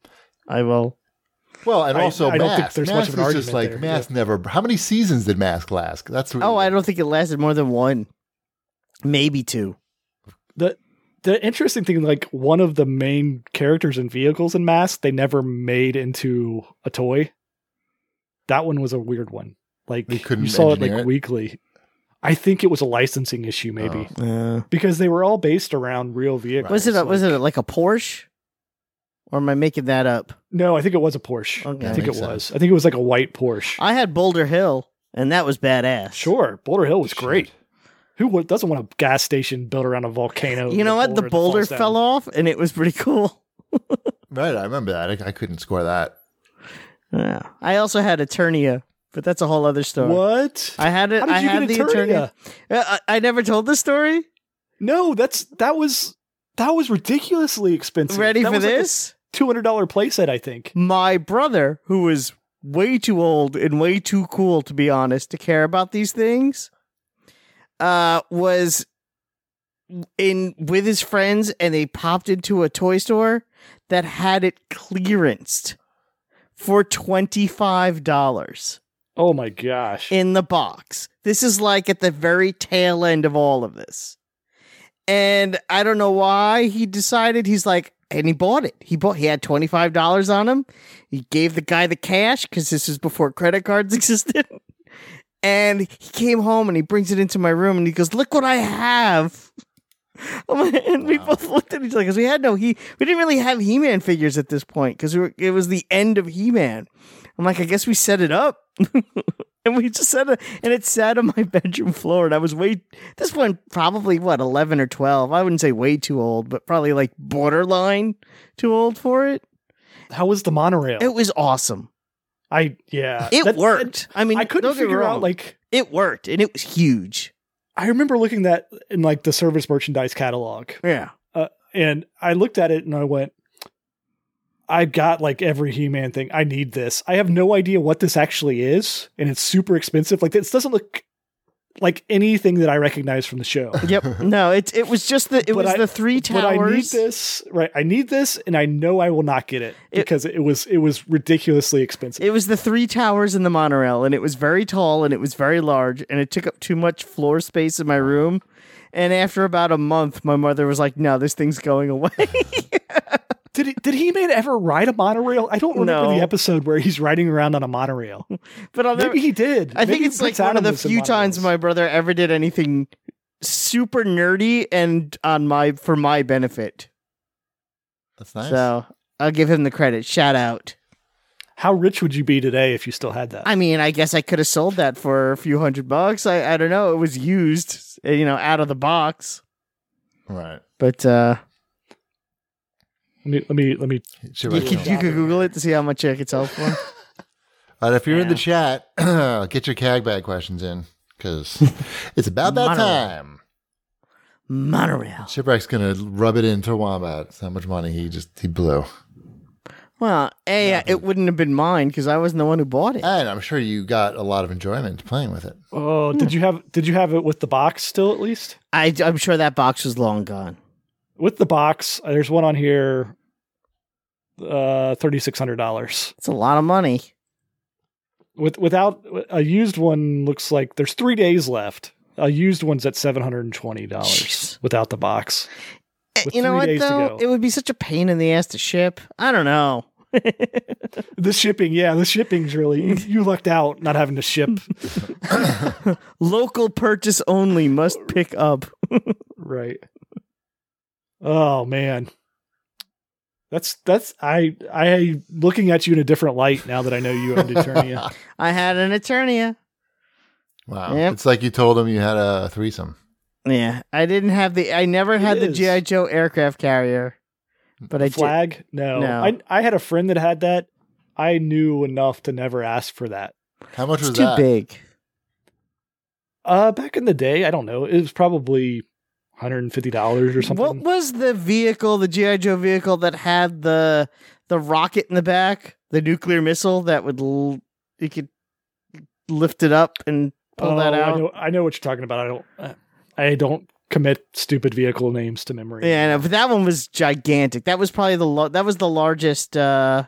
B: I will.
A: Well, and
C: I-
A: also
C: I don't
A: Mask.
C: think there's much
A: Mask
C: of an
A: is just like
C: argument there,
A: Mask never. How many seasons did Mask last? That's
B: Oh, I don't think it lasted more than one, maybe two.
C: the the interesting thing, like one of the main characters and vehicles in Mask, they never made into a toy. That one was a weird one. Like
A: They couldn't
C: you saw it like
A: engineer it?
C: weekly. I think it was a licensing issue, maybe.
A: Oh.
C: because they were all based around real vehicles.
B: was it a,
C: Like-
B: was it like a Porsche, or am I making that up?
C: No, I think it was a Porsche.
B: Okay.
C: I
A: That
C: think it
A: makes
C: was.
A: sense.
C: I think it was like a white Porsche.
B: I had Boulder Hill, and that was badass.
C: sure, Boulder Hill was
A: Shit.
C: great. Who wa- doesn't want a gas station built around a volcano?
B: You know what? The boulder fell off, and it was pretty cool.
A: Right, I remember that. I, I couldn't score that.
B: Yeah. I also had Eternia, but that's a whole other story.
C: What?
B: I had it.
C: How did
B: I
C: you
B: had
C: get
B: the
C: Eternia?
B: Eternia. Uh, I, I never told this story.
C: No, that's that was that was ridiculously expensive.
B: Ready
C: That
B: for
C: was like a
B: this?
C: Two hundred dollar playset, I think.
B: My brother, who was way too old and way too cool to be honest to care about these things, uh, was in with his friends, and they popped into a toy store that had it clearanced for twenty five dollars.
C: Oh my gosh!
B: in the box. This is like at the very tail end of all of this. And I don't know why he decided he's like, and he bought it. He bought, he had $25 on him. He gave the guy the cash because this was before credit cards existed. And he came home and he brings it into my room and he goes, Look what I have. And we both looked at each other because we had no he we didn't really have He Man figures at this point because we were, it was the end of He Man. I'm like, I guess we set it up. and we just set it and it sat on my bedroom floor and I was way this one probably what, eleven or twelve. I wouldn't say way too old, but probably like borderline too old for it.
C: How was the monorail?
B: It was awesome.
C: I yeah,
B: It
C: That-
B: worked. I mean
C: I couldn't
B: don't get me
C: figure out
B: wrong.
C: like
B: it worked and it was huge.
C: I remember looking that in like the service merchandise catalog,
B: Yeah.
C: and I looked at it and I went, I got like every He Man thing. I need this. I have no idea what this actually is, and it's super expensive. Like this doesn't look like anything that I recognize from the show.
B: Yep. No, it it was just the it
C: But
B: was
C: I-
B: the three
C: But I need
B: towers.
C: this, right? I need this, and I know I will not get it
B: It-
C: because it, was it was ridiculously expensive.
B: It was the three towers in the monorail, and it was very tall and it was very large, and it took up too much floor space in my room. And after about a month, my mother was like, "No, this thing's going away."
C: did he, did he man ever ride a monorail? I don't remember
B: No.
C: the episode where he's riding around on a monorail.
B: but I'll never,
C: Maybe he did.
B: I think
C: Maybe
B: it's like
C: Prince
B: one of
C: Adam
B: the
C: was in
B: few times
C: monorails.
B: my brother ever did anything super nerdy and on my for my benefit.
A: That's nice.
B: So I'll give him the credit. Shout out.
C: How rich would you be today if you still had that?
B: I mean, I guess I could have sold that for a few hundred bucks. I, I don't know. It was used, eh, you know, out of the box.
A: Right.
B: But uh,
C: let me let me let me.
A: Should
B: you
A: I-
B: could you could Google it to see how much I could sell for.
A: All right, Uh, if you're in the chat, get your cag bag questions in because it's about that
B: Monorail.
A: time.
B: Monorail.
A: Shipwreck's gonna rub it into Wombat. That's how much money he just he blew.
B: Well, a it wouldn't have been mine because I wasn't the one who bought it.
A: And I'm sure you got a lot of enjoyment playing with it.
C: Oh, did you have did you have it with the box still at least?
B: I, I'm sure that box was long gone.
C: With the box, uh, there's one on here. Uh, thirty six hundred dollars.
B: It's a lot of money.
C: With without a used one, looks like there's three days left. A used one's at seven hundred and twenty dollars
B: Jeez.
C: without the box.
B: Eh,
C: With
B: you know
C: three
B: what
C: days to
B: though?
C: go.
B: It would be such a pain in the ass to ship. I don't know.
C: The shipping, yeah, the shipping's really you, you lucked out not having to ship.
B: Local purchase only must pick up.
C: right. Oh man. That's that's I I looking at you in a different light now that I know you owned Eternia.
B: I had an Eternia.
A: Wow.
B: Yep.
A: It's like you told him you had a threesome.
B: Yeah, I didn't have the. I never had the
C: is.
B: GI Joe aircraft carrier, but I did.
C: Flag? No.
B: No.
C: I I had a friend that had that. I knew enough to never ask for that.
A: How much
B: It's
A: was
B: too
A: that?
B: big.
C: Uh back in the day, I don't know. It was probably $150 or something.
B: What was the vehicle, the GI Joe vehicle that had the the rocket in the back, the nuclear missile that would l- you could lift it up and pull
C: Oh,
B: that
C: I
B: out?
C: know, I know what you're talking about. I don't uh, I don't commit stupid vehicle names to memory.
B: Yeah, I know, but that one was gigantic. That was probably the lo- that was the largest. uh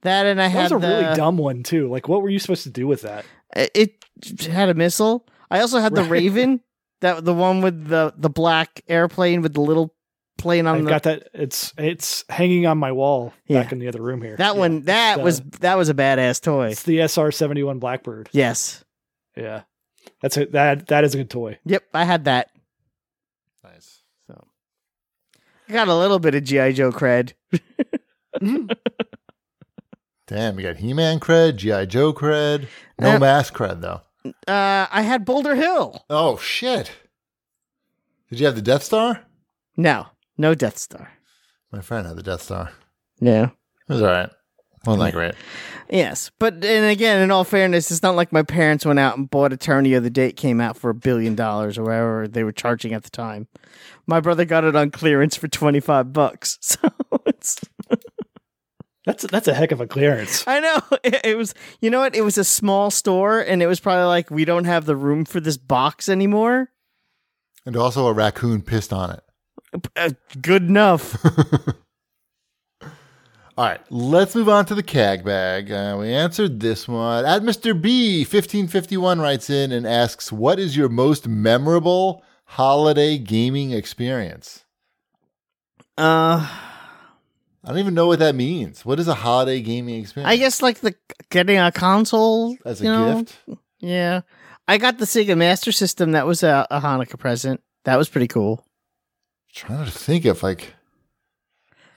B: That and I
C: That
B: had
C: was a
B: the,
C: really dumb one too. Like what were you supposed to do with that?
B: Uh, It it had a missile. I also had the
C: Right.
B: Raven, that the one with the the black airplane with the little plane on
C: I've
B: Um, the
C: got that. It's it's hanging on my wall
B: Yeah.
C: back in the other room here.
B: that
C: Yeah.
B: one. That
C: the-
B: was that was a badass toy.
C: It's the SR seventy one Blackbird.
B: Yes.
C: Yeah, that's a, that. That is a good toy.
B: Yep, I had that.
A: Nice.
B: So I got a little bit of GI Joe cred.
A: Damn, you got He Man cred, G.I. Joe cred, no
B: Uh,
A: mask cred though.
B: Uh, I had Boulder Hill.
A: Oh shit. Did you have the Death Star?
B: No, no Death Star.
A: My friend had the Death Star.
B: No.
A: It was alright. Wasn't that great.
B: Yes, but and again, in all fairness, it's not like my parents went out and bought Eternia the day it came out for a billion dollars or whatever they were charging at the time. My brother got it on clearance for twenty five bucks. So it's
C: That's that's a heck of a clearance.
B: I know it, it was. You know what? It was a small store, and it was probably like we don't have the room for this box anymore.
A: And also a raccoon pissed on it.
B: Uh, good enough.
A: All right, let's move on to the cag bag. Uh, we answered this one. At Mr. B, 1551 writes in and asks, What is your most memorable holiday gaming experience?
B: Uh,
A: I don't even know what that means. What is a holiday gaming experience?
B: I guess like the getting a console
A: As a
B: you know?
A: gift?
B: Yeah, I got the Sega Master System. That was a, a Hanukkah present. That was pretty cool.
A: trying to think of like.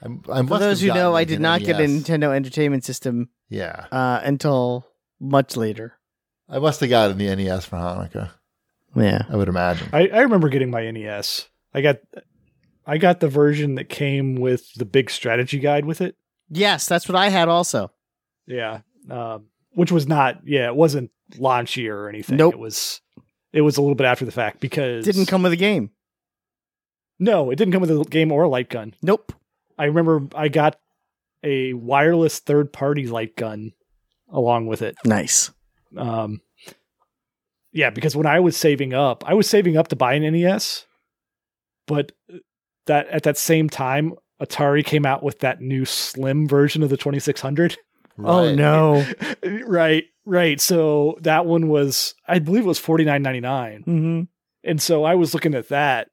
A: I, I must
B: For
A: have
B: those who know,
A: gotten,
B: I
A: like,
B: did
A: an
B: not get a
A: NES.
B: Nintendo Entertainment System
A: Yeah,
B: uh, until much later.
A: I must have gotten the NES for Hanukkah.
B: Yeah,
A: I would imagine.
C: I, I remember getting my NES. I got I got the version that came with the big strategy guide with it.
B: yes, that's what I had. Also,
C: Yeah, um, which was not. Yeah, it wasn't launch year or anything.
B: Nope.
C: It was it was a little bit after the fact because
B: didn't come with a game.
C: No, it didn't come with a game or a light gun.
B: Nope.
C: I remember I got a wireless third party light gun along with it.
B: Nice.
C: Um, Yeah, because when I was saving up, I was saving up to buy an NES, but that at that same time, Atari came out with that new slim version of the 2600.
B: Oh
A: Right.
B: no.
C: right, right. So that one was, I believe, it was 49.99,
B: mm-hmm.
C: and so I was looking at that,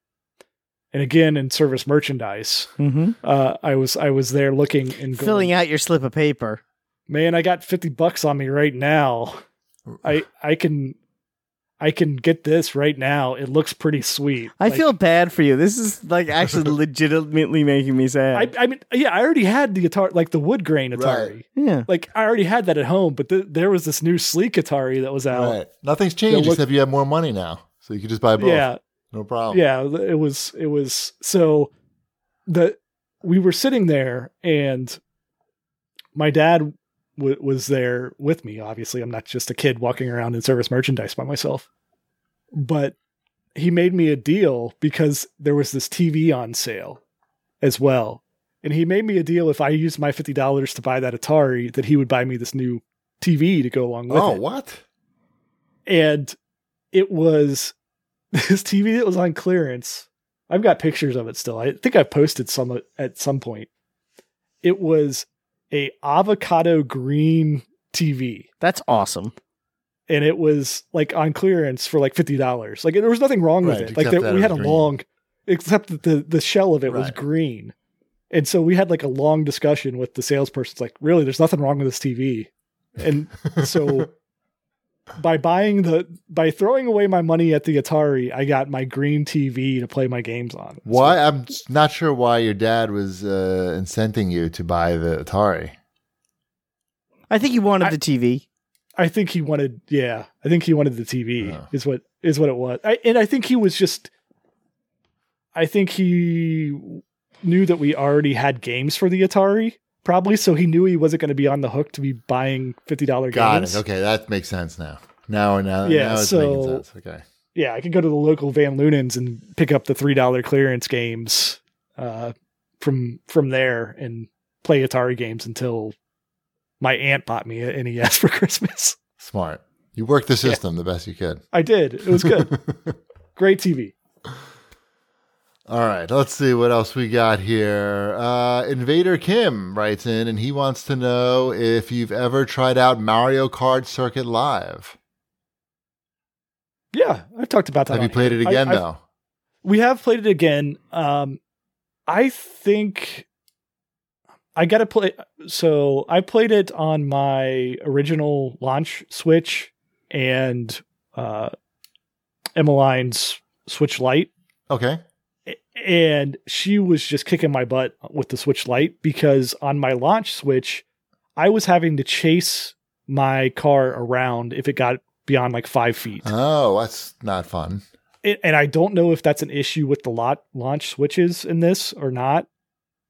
C: and again in service merchandise,
B: Mm-hmm.
C: uh, I was I was there looking and going,
B: Filling out your slip of paper.
C: man, I got 50 bucks on me right now. I I can I can get this right now. It looks pretty sweet.
B: I
C: Like,
B: feel bad for you. This is like actually legitimately making me
C: I,
B: sad.
C: I mean, yeah, I already had the Atari, like the wood grain Atari.
A: Right.
B: yeah.
C: Like I already had that at home, but th- there was this new sleek Atari that was
B: uh,
C: out.
A: Right. Nothing's changed
C: They'll look-
A: except you have more money now, so you can just buy both.
C: Yeah,
A: No problem.
C: yeah, th- it was it was so the we were sitting there and my dad w- was there with me. Obviously, I'm not just a kid walking around in service merchandise by myself. But he made me a deal because there was this TV on sale as well. And he made me a deal if I used my $50 to buy that Atari that he would buy me this new TV to go along with
A: Oh,
C: it
A: what?
C: and it was this TV that was on clearance. I've got pictures of it still. I think I posted some at- at some point. It was a avocado green TV,
B: That's awesome.
C: and it was like on clearance for like fifty dollars. Like there was nothing wrong
A: Right,
C: with it. Like
A: except
C: there,
A: that
C: we
A: it
C: had a
A: was green.
C: long, except that the the shell of it was
A: Right.
C: green, and so we had like a long discussion with the salesperson. It's like, really, there's nothing wrong with this TV, and so by buying the by throwing away my money at the Atari, I got my green TV to play my games on.
A: why? I'm s- not sure why your dad was uh, incenting you to buy the Atari.
B: I think you wanted
C: I-
B: the TV.
C: I think he wanted yeah, I think he wanted the TV
A: Oh.
C: is what is what it was. I, and I think he was just I think he knew that we already had games for the Atari probably so he knew he wasn't going to be on the hook to be buying $50
A: Got
C: games.
A: it. Okay, that makes sense now. Now, now,
C: Yeah,
A: now it's making
C: so-
A: sense. Okay.
C: yeah, I could go to the local Van Lunens and pick up the three dollar clearance games uh, from from there and play Atari games until my aunt bought me a NES for Christmas.
A: Smart. You worked the system the best you could.
C: I did. It was good. Great TV.
A: All right, let's see what else we got here. Uh, Invader Kim writes in and he wants to know if you've ever tried out Mario Kart Circuit Live.
C: Yeah, I've talked about that.
A: Have you
C: on-
A: played it again,
C: I- I've-
A: though?
C: We have played it again. Um, I think I got to play. So I played it on my original launch Switch and uh, Emmeline's Switch Lite.
A: Okay.
C: and she was just kicking my butt with the switch light because on my launch switch i was having to chase my car around if it got beyond like five feet
A: Oh, that's not fun.
C: It- and i don't know if that's an issue with the lot launch switches in this or not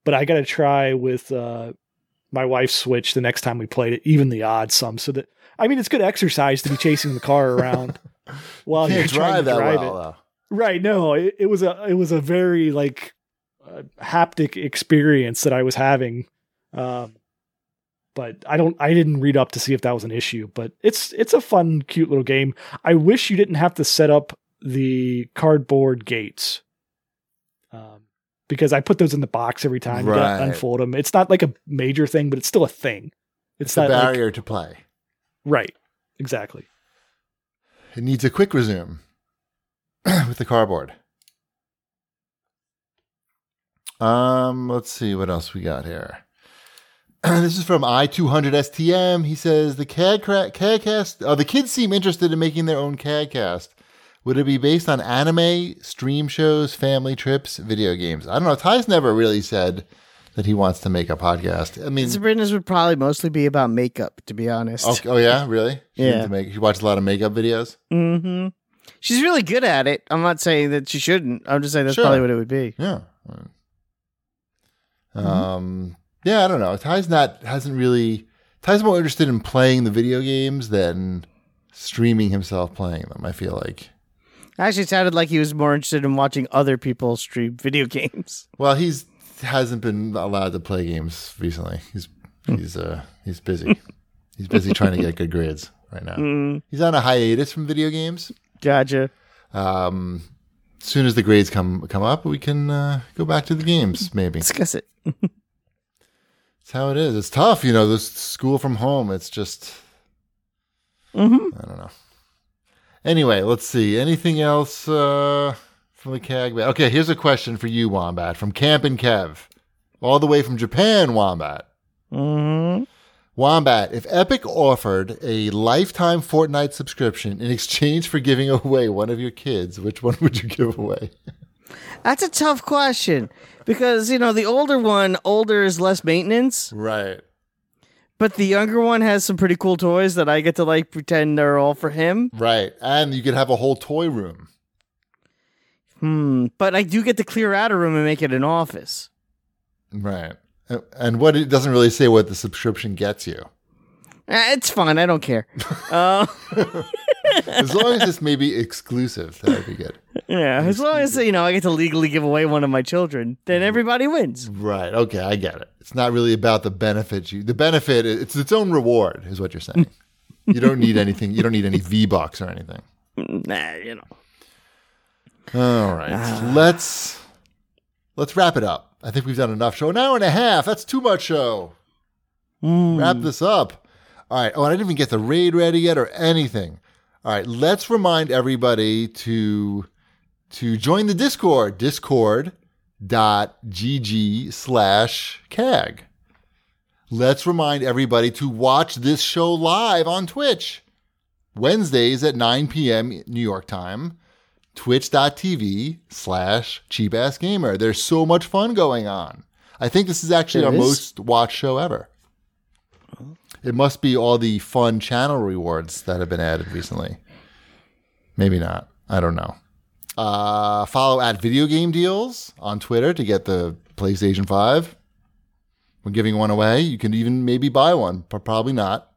C: but i gotta try with uh my wife's switch the next time we played it even the odds some so that i mean it's good exercise to be chasing the car around while
A: you
C: Oh, you're
A: can't
C: trying
A: drive
C: to
A: that
C: drive it
A: well, though.
C: Right. No, it, it was a it was a very like uh, haptic experience that I was having. Um, but I don't I didn't read up to see if that was an issue. But it's it's a fun, cute little game. I wish you didn't have to set up the cardboard gates. Um, because I put those in the box every time. You gotta
A: Right.
C: unfold them. It's not like a major thing, but it's still a thing. It's,
A: It's a
C: not like-
A: barrier to play.
C: right. Exactly.
A: It needs a quick resume with the cardboard. Um, let's see what else we got here. this is from i200stm. He says the CAD cra- CADcast. Uh, the kids seem interested in making their own CADcast. Would it be based on anime, stream shows, family trips, video games? I don't know. Ty's never really said that he wants to make a podcast. I mean,
B: Sabrina's would probably mostly be about makeup, to be honest.
A: oh, oh yeah, really? She wants
B: Yeah.
A: To make, she watches a lot of makeup videos.
B: hmm She's really good at it. I'm not saying that she shouldn't. I'm just saying that's
A: Sure.
B: probably what it would be.
A: Yeah. Um. Yeah, I don't know. Ty's not hasn't really. Ty's more interested in playing the video games than streaming himself playing them. I feel like.
B: Actually, it sounded like he was more interested in watching other people stream video games.
A: Well, he's hasn't been allowed to play games recently. He's he's uh he's busy. he's busy trying to get good grades right now.
B: Mm.
A: He's on a hiatus from video games.
B: Gotcha.
A: Um, soon as the grades come come up, we can uh, go back to the games. Maybe that's
B: Discuss it.
A: how it is. It's tough, you know. This school from home. It's just
B: hmm
A: I don't know. Anyway, let's see. Anything else uh, from the CAG? ba- Okay, here's a question for you, Wombat, from Camp and Kev, all the way from Japan, Wombat.
B: hmm
A: Wombat, if Epic offered a lifetime Fortnite subscription in exchange for giving away one of your kids, which one would you give away?
B: That's a tough question because you know the older one, older is less maintenance,
A: Right.
B: but the younger one has some pretty cool toys that I get to like pretend are all for him.
A: Right. And you could have a whole toy room.
B: Hmm. But I do get to clear out a room and make it an office.
A: Right. A- And what it doesn't really say what the subscription gets you.
B: Eh, It's fun. I don't care. Uh,
A: As long as it's maybe exclusive, that would be good.
B: yeah, as long as you know I get to legally give away one of my children, then everybody wins.
A: Right. Okay, I get it. It's not really about the benefit you the benefit i- it's its own reward is what you're saying. you don't need anything. You don't need any V-bucks or anything.
B: Nah, you know.
A: All right. let's let's wrap it up. I think we've done enough show. An hour and a half. That's too much show. Wrap this up. All right. Oh, and I didn't even get the raid ready yet or anything. All right. Let's remind everybody to to join the Discord. Discord.gg slash cag. Let's remind everybody to watch this show live on Twitch. Wednesdays at 9 p.m. New York time twitch.tv slash cheapassgamer. There's so much fun going on. I think this is actually
B: There
A: our
B: is.
A: most watched show ever. It must be all the fun channel rewards that have been added recently. Maybe not. I don't know. Uh, follow at Video Game Deals on Twitter to get the PlayStation 5. We're giving one away. You can even maybe buy one, but probably not.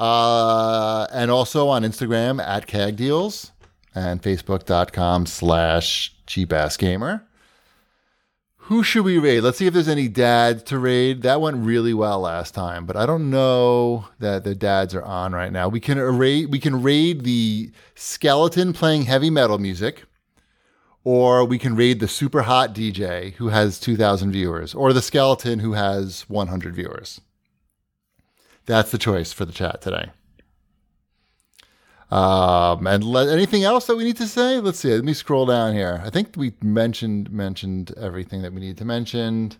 A: Uh, and also on Instagram at CagDeals and facebook.com slash cheapassgamer. Who should we raid? Let's see if there's any dads to raid. That went really well last time, but I don't know that the dads are on right now. We can raid we can raid the skeleton playing heavy metal music, or we can raid the super hot DJ who has 2,000 viewers, or the skeleton who has 100 viewers. That's the choice for the chat today. Um, and le- anything else that we need to say? Let's see. Let me scroll down here. I think we mentioned mentioned everything that we need to mention.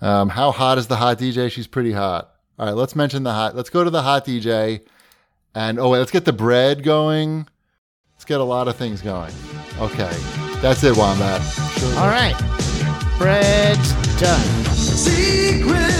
A: Um, how hot is the hot DJ? She's pretty hot. All right, let's mention the hot. Let's go to the hot DJ, and oh wait, let's get the bread going. Let's get a lot of things going. Okay, that's it, Wombat.
B: All right, Bread's done.
G: Secret